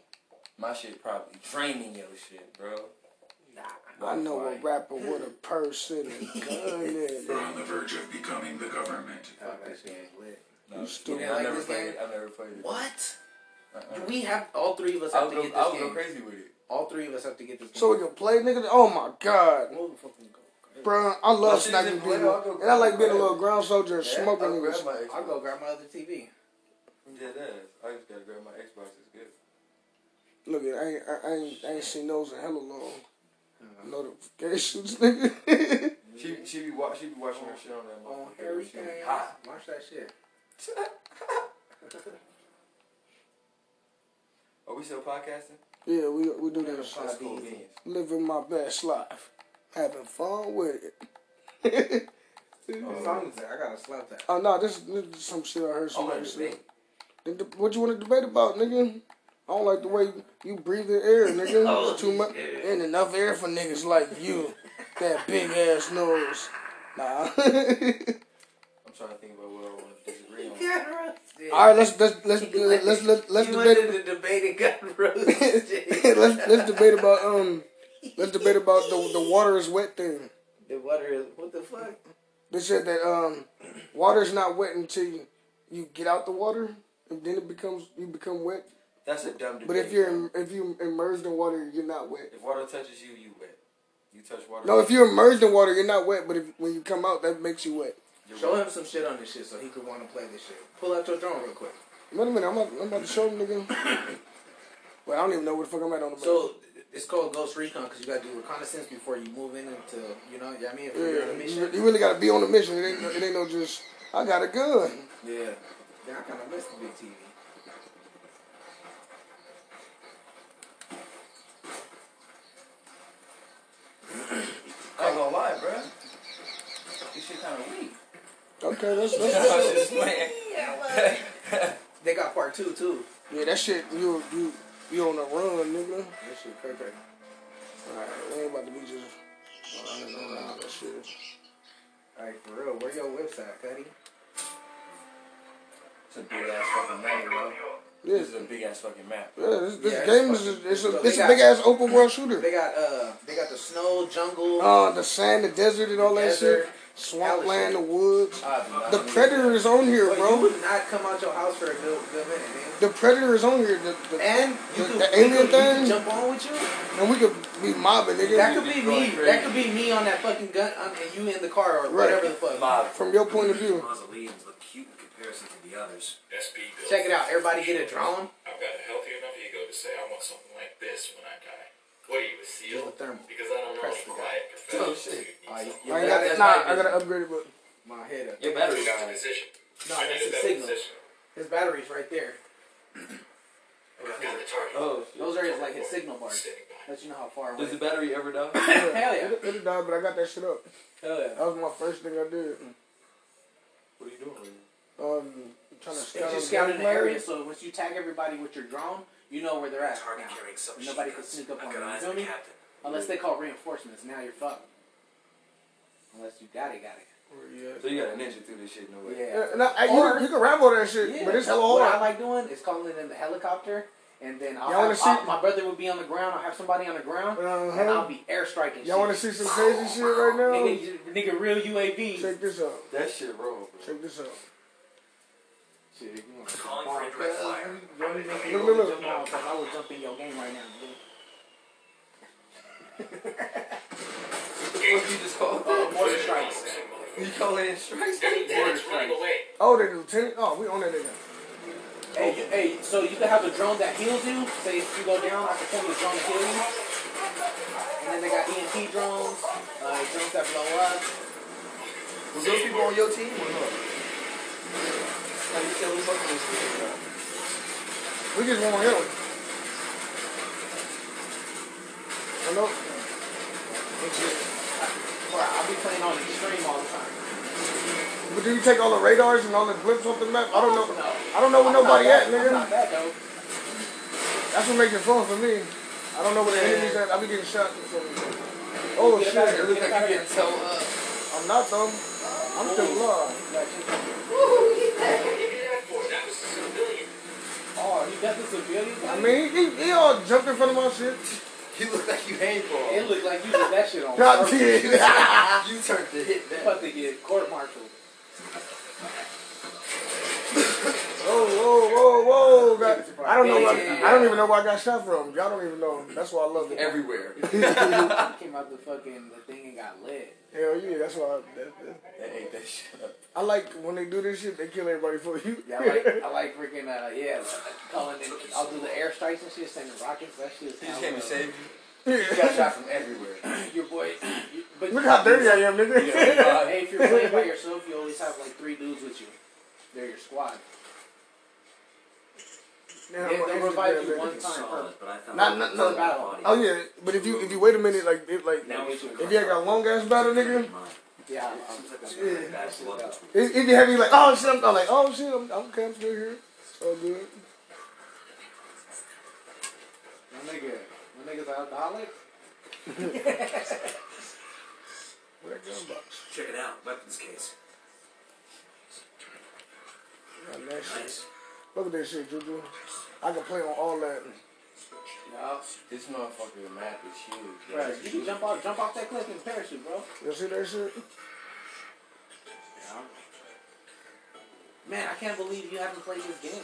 Speaker 3: My shit probably draining your shit, bro.
Speaker 7: Nah.
Speaker 1: I know a
Speaker 3: Wi-Fi.
Speaker 1: rapper with a purse and a gun in it.
Speaker 8: We're on the verge of becoming the government.
Speaker 7: Fuck that shit. ain't lit.
Speaker 3: No,
Speaker 1: stupid.
Speaker 3: yeah, I've
Speaker 2: Like
Speaker 3: never
Speaker 2: this
Speaker 3: played
Speaker 2: game?
Speaker 3: it. I've never played it.
Speaker 2: What?
Speaker 3: Uh-uh.
Speaker 2: We have all three of us
Speaker 3: I
Speaker 2: have
Speaker 3: would
Speaker 2: to
Speaker 3: go,
Speaker 2: get
Speaker 3: I
Speaker 2: this
Speaker 3: would go
Speaker 2: game.
Speaker 3: crazy with it.
Speaker 2: All three of us have to get this.
Speaker 1: So we
Speaker 2: game.
Speaker 1: can play, nigga. Oh my god.
Speaker 2: We'll fucking go.
Speaker 1: Bruh, I love
Speaker 3: Unless it's
Speaker 1: sniping
Speaker 3: in play, I'll
Speaker 1: people.
Speaker 3: go
Speaker 1: And I like
Speaker 3: grab
Speaker 1: being a
Speaker 3: it.
Speaker 1: little ground soldier and smoking
Speaker 3: I'll grab
Speaker 1: niggas.
Speaker 3: my Xbox.
Speaker 2: I'll go grab my other TV.
Speaker 3: Yeah, that is. I just gotta grab my Xbox. It's good.
Speaker 1: Look, I ain't, I, I, ain't, I ain't seen those in hella long. Notifications, nigga.
Speaker 3: She she be wa- she be watching her shit on that
Speaker 2: Oh,
Speaker 7: On
Speaker 3: motherfucker. She
Speaker 7: everything.
Speaker 3: be hot.
Speaker 7: Watch that shit.
Speaker 3: Are we still podcasting?
Speaker 1: yeah, we we do that.
Speaker 3: That's cool
Speaker 7: easy.
Speaker 3: beans.
Speaker 1: Living my best life, having fun with it.
Speaker 2: Oh.
Speaker 7: What song is that? I gotta slap that.
Speaker 1: oh no, this, this is some shit I heard
Speaker 3: I'm
Speaker 1: somebody
Speaker 3: gonna
Speaker 1: say.
Speaker 3: debate.
Speaker 1: The- the- What you want to debate about, nigga? I don't like the way you breathe in air, nigga. It's too much. Ain't enough air for niggas like you. That big ass nose. Nah.
Speaker 3: I'm trying to think about what I want to disagree on.
Speaker 1: All right, let's let's let's uh, let's let's let's
Speaker 2: you
Speaker 1: debate.
Speaker 2: wanted to debate and got roasted.
Speaker 1: let's let's debate about um. Let's debate about the the water is wet thing.
Speaker 2: the water is what the fuck?
Speaker 1: They said that um, water is not wet until you, you get out the water, and then it becomes you become wet.
Speaker 3: That's a dumb debate.
Speaker 1: But if you're im- if you immersed in water, you're not wet.
Speaker 3: if water touches you, you wet. You touch water.
Speaker 1: No, if you're immersed in water, you're not wet. But if, when you come out, that makes you wet.
Speaker 3: you're
Speaker 7: Show
Speaker 3: wet.
Speaker 7: him some shit on this shit so he could want to play this shit. Pull out your drone real quick.
Speaker 1: Wait a minute, I'm about, I'm about to show them nigga. Well, I don't even know where the fuck I'm at on the map.
Speaker 7: So it's called Ghost Recon because you gotta do reconnaissance before you move in into you know yeah, I mean if you're on a
Speaker 1: yeah, you
Speaker 7: mission.
Speaker 1: re- you really gotta be on the mission. It ain't no- it ain't no just I got a gun.
Speaker 7: Yeah. Yeah, I kind of miss the big TV.
Speaker 3: I ain't gonna lie, bro. This shit kind of weak.
Speaker 1: Okay, that's that's.
Speaker 3: I was just playing.
Speaker 7: They got part two too.
Speaker 1: Yeah, that shit, you you you on the run, nigga.
Speaker 7: That shit cray cray.
Speaker 1: Alright, we ain't about to be just running around that shit.
Speaker 7: Like for real, where your website, Cuddy?
Speaker 3: It's a big ass fucking map, bro.
Speaker 1: Yeah,
Speaker 3: This is a big ass fucking map.
Speaker 1: yeah this, this
Speaker 7: Yeah,
Speaker 1: game
Speaker 7: it's
Speaker 1: is
Speaker 7: fucking-
Speaker 1: it's a,
Speaker 7: so they
Speaker 1: it's a
Speaker 7: got-
Speaker 1: big ass open world shooter.
Speaker 7: They got uh, they got the snow jungle.
Speaker 1: Uh, the sand, the desert, and all that
Speaker 7: Desert,
Speaker 1: shit.
Speaker 7: hell
Speaker 1: Swampland, the
Speaker 7: of
Speaker 1: woods.
Speaker 3: I do not
Speaker 1: The
Speaker 3: believe
Speaker 1: predator is on here,
Speaker 7: But you
Speaker 1: bro.
Speaker 7: would not come out your house for a good, good minute, man.
Speaker 1: The predator is on here. The, the,
Speaker 7: And you
Speaker 1: The-
Speaker 7: could,
Speaker 1: the
Speaker 7: you
Speaker 1: alien
Speaker 7: could- you could
Speaker 1: thing?
Speaker 7: jump on with you.
Speaker 1: and we could be mobbing,
Speaker 2: That
Speaker 1: nigga.
Speaker 2: could be me. That could be me on that fucking gun um, and you in the car or whatever the fuck.
Speaker 3: that. Live.
Speaker 1: From your point of view,
Speaker 9: Mausoleums look cute in comparison to the others.
Speaker 2: Check it out. Everybody get a drone.
Speaker 8: I've got a healthy enough ego to say I want something like this when I die.
Speaker 10: What are you, a seal?
Speaker 7: thermal.
Speaker 10: Because I don't know if
Speaker 7: Pressure
Speaker 10: my
Speaker 7: guy.
Speaker 10: I
Speaker 7: Oh,
Speaker 10: confess.
Speaker 7: shit. Uh, you-
Speaker 1: I
Speaker 7: you-
Speaker 1: gotta,
Speaker 7: that's
Speaker 1: nah,
Speaker 7: my
Speaker 1: I
Speaker 7: vision.
Speaker 1: gotta upgrade it, but
Speaker 7: my head up.
Speaker 2: Your battery's
Speaker 10: Not
Speaker 2: dying.
Speaker 10: in position.
Speaker 2: No,
Speaker 10: I
Speaker 2: that's
Speaker 10: needed
Speaker 2: the
Speaker 10: that
Speaker 2: signal.
Speaker 10: position.
Speaker 2: His battery's right there.
Speaker 10: I've got the target.
Speaker 2: Oh, those are his, like his signal bars.
Speaker 10: Standing by.
Speaker 2: Let you know how far away.
Speaker 11: battery ever die?
Speaker 2: Hell yeah!
Speaker 1: it, it died, but I got that shit up.
Speaker 2: Hell yeah!
Speaker 1: That was my first thing I did.
Speaker 11: What are you doing right
Speaker 7: Mm.
Speaker 11: now?
Speaker 1: Um, trying to
Speaker 2: It's
Speaker 1: scout
Speaker 2: just
Speaker 1: out
Speaker 2: scouting
Speaker 1: game
Speaker 2: the area,
Speaker 1: plan.
Speaker 2: so once you tag everybody with your drone, you know where they're at.
Speaker 9: Target
Speaker 2: now.
Speaker 9: carrying some
Speaker 2: And nobody can
Speaker 9: guns.
Speaker 2: sneak up
Speaker 9: I've
Speaker 2: on
Speaker 9: got
Speaker 2: them.
Speaker 9: eyes
Speaker 2: You
Speaker 9: on
Speaker 2: feel
Speaker 9: the
Speaker 2: me?
Speaker 9: captain.
Speaker 2: Unless they call reinforcements, now you're fucked. Unless you got it, got it.
Speaker 1: Where
Speaker 11: So you got a ninja through this shit, no way.
Speaker 2: Yeah.
Speaker 1: you at? And I, hey, you,
Speaker 2: Or-
Speaker 1: can- you can ramble that shit,
Speaker 2: Yeah.
Speaker 1: but it's hella
Speaker 2: What I
Speaker 1: hard.
Speaker 2: like doing is calling in the helicopter, and then I'll
Speaker 1: Y'all wanna
Speaker 2: have, I'll-
Speaker 1: see-
Speaker 2: my brother would be on the ground. I'll have somebody on the ground, and I'll
Speaker 1: Uh-huh.
Speaker 2: be airstriking.
Speaker 1: Y'all want to
Speaker 2: shit.
Speaker 1: see some crazy shit right now?
Speaker 2: Nigga, you- nigga, real UAV.
Speaker 1: Check this out.
Speaker 11: That shit raw, bro.
Speaker 1: Check this out.
Speaker 2: Shit, if you want to
Speaker 9: Calling for indirect fire.
Speaker 1: Look, look, look.
Speaker 2: I would jump in your game right now. Dude.
Speaker 11: What you just call
Speaker 2: Uh, mortar strikes.
Speaker 11: You Oh, call it strikes? Mortar
Speaker 10: Every dad's
Speaker 11: strikes.
Speaker 10: running away.
Speaker 1: Oh, the lieutenant. Oh, we on that nigga.
Speaker 2: Hey, you- hey, so you can have a drone that heals you. Say if you go down, I can send the drone to heal you. And then they got EMP drones, uh, drones that blow up.
Speaker 11: Was those people on your team or not? How you tell me fucking this shit, bro?
Speaker 1: We just want him. I know.
Speaker 2: Or I'll be playing on extreme all the time.
Speaker 1: But do you take all the radars and all the blips off the map? I don't know.
Speaker 2: No.
Speaker 1: I don't know where
Speaker 2: I'm not
Speaker 1: nobody at,
Speaker 2: bad- I'm
Speaker 1: nigga.
Speaker 2: not bad though.
Speaker 1: That's what makes it fun for me. I don't know where the
Speaker 11: Yeah.
Speaker 1: enemies at. I be getting shot. Oh
Speaker 2: Get up
Speaker 1: shit!
Speaker 2: out of here.
Speaker 11: It looks like
Speaker 2: Get
Speaker 11: you
Speaker 2: out of
Speaker 11: getting
Speaker 2: here.
Speaker 11: so up.
Speaker 1: I'm not though. I'm still alive.
Speaker 2: You gotta check that.
Speaker 10: Give me that for that was a civilian.
Speaker 2: Oh, he got the civilian.
Speaker 1: I mean, he, he, he all jumped in front of my shit.
Speaker 11: You look like you hang for
Speaker 2: it looked like you did that shit on
Speaker 1: Not
Speaker 2: purpose.
Speaker 1: did.
Speaker 11: You turned the hit
Speaker 2: You
Speaker 11: back.
Speaker 2: about to get court martialed.
Speaker 1: Whoa, whoa, whoa, whoa! God. I don't know.
Speaker 2: Yeah,
Speaker 1: Where,
Speaker 2: yeah,
Speaker 1: I don't
Speaker 2: yeah.
Speaker 1: even know where I got shot from. Y'all don't even know. That's why I love it.
Speaker 11: Everywhere.
Speaker 2: Came out the fucking the thing and got lit.
Speaker 1: Hell yeah, that's why. I, that, that,
Speaker 11: That ain't that shit up.
Speaker 1: I like when they do this shit. They kill everybody for you.
Speaker 2: Yeah, I like, I like freaking, uh, yeah, calling in, I'll do the airstrikes and shit, sending rockets, that shit is
Speaker 11: He just came to save you. You got
Speaker 1: Yeah.
Speaker 11: shot from everywhere.
Speaker 2: Your boy, but Uh,
Speaker 1: Look how dirty I am, nigga.
Speaker 11: Yeah.
Speaker 2: Hey, if you're playing by yourself, you always have like three dudes with you. They're your squad.
Speaker 1: Damn,
Speaker 2: They-
Speaker 1: my
Speaker 2: they
Speaker 1: Instagram,
Speaker 2: revive you
Speaker 1: man.
Speaker 2: once.
Speaker 9: It's solid, but I found
Speaker 1: Not- not-
Speaker 9: another
Speaker 1: not-
Speaker 9: body.
Speaker 1: Oh yeah, but if you if you wait a minute, like if, like
Speaker 9: Now it's
Speaker 1: if you ain't got long ass battle, nigga,
Speaker 9: Mine.
Speaker 2: Yeah.
Speaker 9: It seems like
Speaker 1: Yeah.
Speaker 9: I'm really bad at luck.
Speaker 1: if, if you have me like oh shit, I'm, I'm like oh shit, I'm, I'm okay, I'm still here. It's all good.
Speaker 2: My nigga, my nigga's an alcoholic.
Speaker 1: Where that gun box?
Speaker 9: Check it out. Weapons case.
Speaker 1: Got that shit.
Speaker 9: Nice.
Speaker 1: Look at that shit, Juju. I can play on all that.
Speaker 2: Yeah.
Speaker 11: This motherfucker map is huge. bro.
Speaker 2: Bro, you can jump off, jump off that cliff and parachute, bro.
Speaker 1: You see that shit?
Speaker 2: Man, I can't believe you haven't played this game.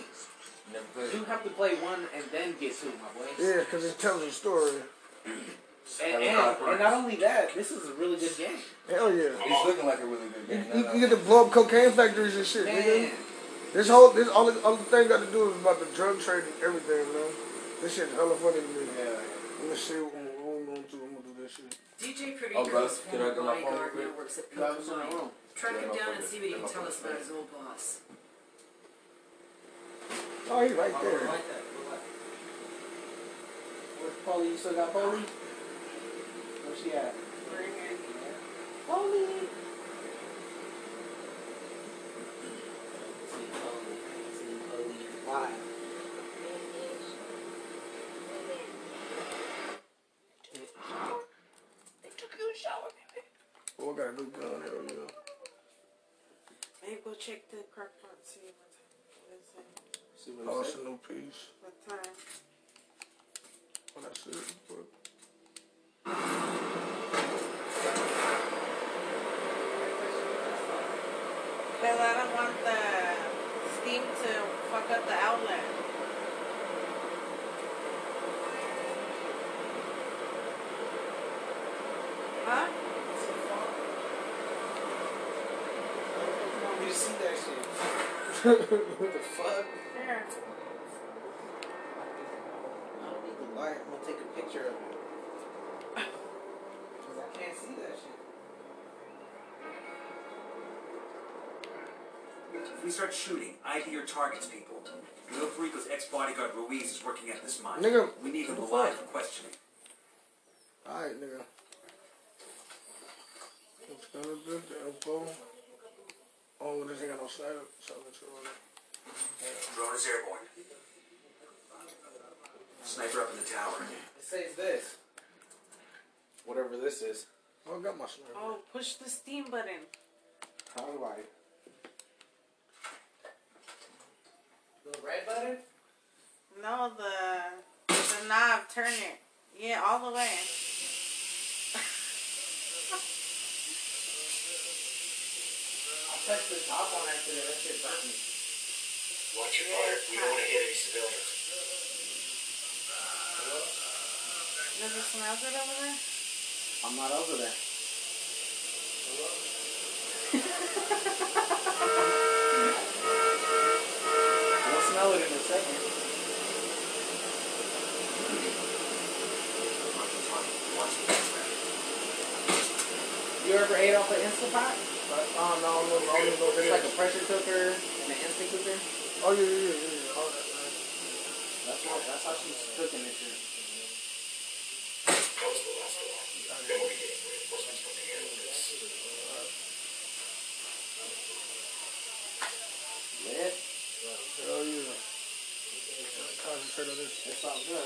Speaker 11: Never played
Speaker 2: You
Speaker 11: it.
Speaker 2: have to play one and then get two, my boy.
Speaker 1: Yeah, cause it tells a story.
Speaker 2: And, and, and not only that, this is a really good game.
Speaker 1: Hell yeah.
Speaker 11: It's looking like a really good
Speaker 1: You,
Speaker 11: game.
Speaker 1: you,
Speaker 11: No,
Speaker 1: you
Speaker 11: no.
Speaker 1: get to blow up cocaine factories and shit, nigga.
Speaker 2: Man,
Speaker 1: This whole this all the, all the thing got to do is about the drug trade and everything, man. This shit's hella funny to me.
Speaker 2: Yeah.
Speaker 1: I'm gonna see what I'm going to. I'm gonna do this shit.
Speaker 6: DJ Pretty
Speaker 11: Oh, bro,
Speaker 6: Girl's
Speaker 11: did I go my
Speaker 6: former
Speaker 11: phone
Speaker 6: bodyguard
Speaker 11: real
Speaker 6: now
Speaker 11: quick?
Speaker 6: works at
Speaker 2: that was in
Speaker 6: Pokemon.
Speaker 2: the room.
Speaker 6: Track him
Speaker 11: Yeah,
Speaker 6: down
Speaker 11: my
Speaker 6: and see
Speaker 11: phone
Speaker 6: what he
Speaker 11: did.
Speaker 6: can
Speaker 11: My phone
Speaker 6: tell us
Speaker 11: did.
Speaker 6: about his old boss.
Speaker 1: Oh, he right there.
Speaker 2: Where's Polly? You still got Polly? Where's she at?
Speaker 4: We're in here.
Speaker 2: Polly! Why?
Speaker 1: Oh, I got a new gun. Hell yeah.
Speaker 4: Hey, go check the crock pot, see what time it is and
Speaker 2: See what
Speaker 1: Oh,
Speaker 2: I
Speaker 1: it's
Speaker 2: said?
Speaker 1: a new piece.
Speaker 4: what time.
Speaker 1: Oh, that's it. But-
Speaker 4: But I don't want the steam to fuck up the outlet. Huh?
Speaker 7: You see that shit? what the fuck?
Speaker 4: Here.
Speaker 7: I don't need the light. I'm gonna take a picture of it.
Speaker 4: can't see that shit.
Speaker 9: If we start shooting, ID your targets, people. Little Perico's ex-bodyguard Ruiz is working at this mine.
Speaker 1: Nigga.
Speaker 9: We need him alive for questioning.
Speaker 1: Alright, nigga. It's gonna be the elbow. Oh, this ain't got no side silencer on it.
Speaker 9: Drone is airborne. Sniper up in the tower.
Speaker 2: It says this. Whatever this is.
Speaker 1: Oh, I got my sniper.
Speaker 4: Oh, push the steam button.
Speaker 7: How do I?
Speaker 2: The red button?
Speaker 4: No, the the knob. Turn it. Yeah, all the way.
Speaker 2: I touched the top on accident. That shit burnt me.
Speaker 10: Watch your fire. We don't want to hit any civilians.
Speaker 4: Does it smell good over there?
Speaker 7: I'm not over there.
Speaker 2: I'll smell it in a second.
Speaker 9: Marking target. Watch the next
Speaker 2: You ever ate off an Instant Pot? Oh, no, no, no, no, no. It's like a pressure cooker and an instant cooker.
Speaker 1: Oh, yeah, yeah, yeah, yeah. All that,
Speaker 2: That's, what, that's how she's cooking this shit.
Speaker 10: That was the last one. Then we'll be getting reinforcements from the air with this.
Speaker 1: man.
Speaker 2: Lit.
Speaker 1: Hell yeah. Concentrate on this.
Speaker 7: It sounds good.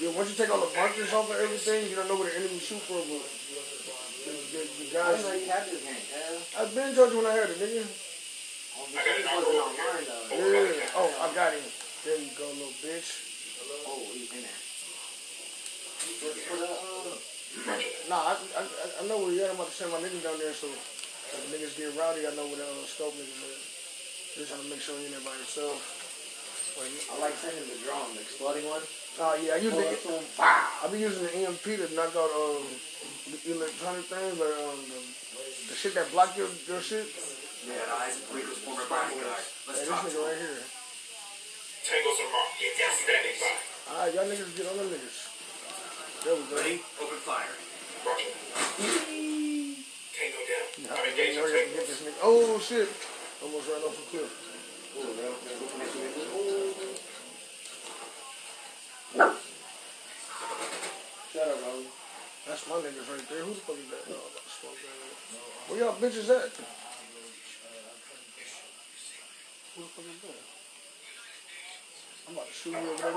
Speaker 1: Yeah, once you take all the markers off of everything, you don't know where the enemy shoot from. But the, the, the
Speaker 7: I didn't know
Speaker 1: guys,
Speaker 7: you had this game. Yeah.
Speaker 1: I've been judging when I had it, nigga.
Speaker 7: I got it wasn't online though.
Speaker 1: Yeah. Oh, I got him. There you go, little bitch.
Speaker 7: Oh, he's in there. For, for the, um,
Speaker 1: Nah, I, I, I- I know where you at. I'm about to send my niggas down there, so if the niggas get rowdy, I know where the uh, scope niggas at. Just trying to make sure you're there by yourself. Wait,
Speaker 7: I like sending the drone, the exploding one.
Speaker 1: Oh, yeah, I use
Speaker 7: Pull up
Speaker 1: the,
Speaker 7: to him. Wow.
Speaker 1: I be using the EMP to knock out um, the electronic things, but um, the, the shit that block your, your shit.
Speaker 9: round. Red eyes and Perico's former bodyguard.
Speaker 1: Hey,
Speaker 9: Let's
Speaker 1: this
Speaker 9: talk to
Speaker 1: nigga
Speaker 9: him.
Speaker 1: right here.
Speaker 10: Tangles are marked. Get down standing by.
Speaker 1: Alright, y'all niggas get on the niggas. There we go.
Speaker 9: Ready? Open fire.
Speaker 10: Roger. Tango down.
Speaker 1: Nah,
Speaker 10: I'm
Speaker 1: man,
Speaker 10: engaging
Speaker 1: hurry up
Speaker 10: Tango.
Speaker 1: and get this nigga. Oh shit! Almost ran off the cliff.
Speaker 7: Shut up, Roland.
Speaker 1: That's my niggas right there. Who the fuck is that? Oh, I'm about to smoke that nigga. Where y'all bitches at? Who the fuck is that? I'm about to shoot you over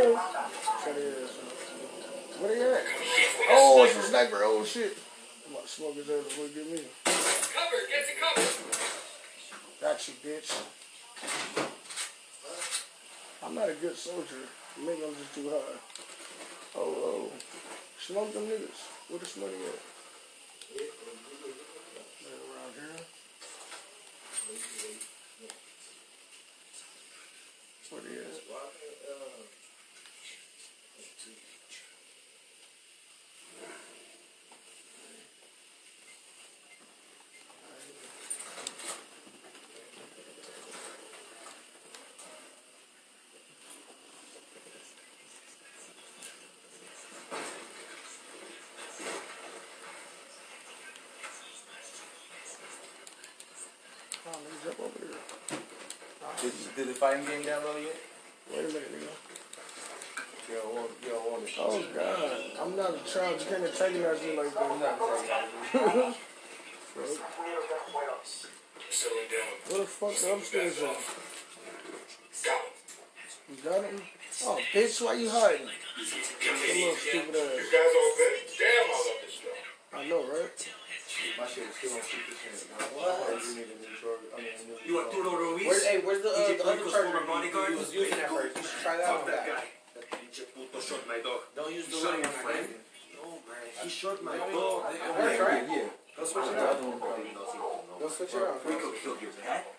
Speaker 1: there. Cut his ass out. Where they at? Oh, it's a sniper. Oh shit! I'm about to smoke his ass before he get me.
Speaker 10: Cover. Get to cover.
Speaker 1: Got you, bitch. I'm not a good soldier. Maybe I'm just too hard. Oh, oh. Smoke them niggas. Where the smoke at? Right around here. Where they at? Oh, niggas up over here.
Speaker 2: Did, did the fighting game download yet?
Speaker 1: Wait a minute, nigga.
Speaker 2: Yo, well, yo, well,
Speaker 1: Oh, God. I'm not a child. You can't antagonize me like that. Bro.
Speaker 10: Settling down.
Speaker 1: Where the fuck the upstairs at?
Speaker 10: Got him.
Speaker 1: You got him? Oh, bitch, why you hiding? Little stupid
Speaker 9: uh,
Speaker 10: You
Speaker 1: ass.
Speaker 10: guys all good? Damn, I love this show.
Speaker 1: I know, right?
Speaker 2: My shit is still on 2%. What? You need a new charger. I mean, a new
Speaker 9: You want Bruno Ruiz?
Speaker 2: Where's, hey, where's the, uh,
Speaker 9: DJ
Speaker 2: the other
Speaker 9: Rico's
Speaker 2: charger
Speaker 9: former
Speaker 2: you-
Speaker 9: bodyguard?
Speaker 2: you was using that first? You should try that
Speaker 9: Fuck
Speaker 2: one
Speaker 9: that
Speaker 2: back.
Speaker 9: guy. That pinche puto shot my dog.
Speaker 2: Don't use the
Speaker 9: Shot
Speaker 2: one
Speaker 9: your
Speaker 2: on my
Speaker 9: friend?
Speaker 2: name.
Speaker 9: No, man. He shot my dog.
Speaker 2: That's right.
Speaker 9: Go switch it up.
Speaker 7: Go switch it up.
Speaker 9: Rico killed your pet?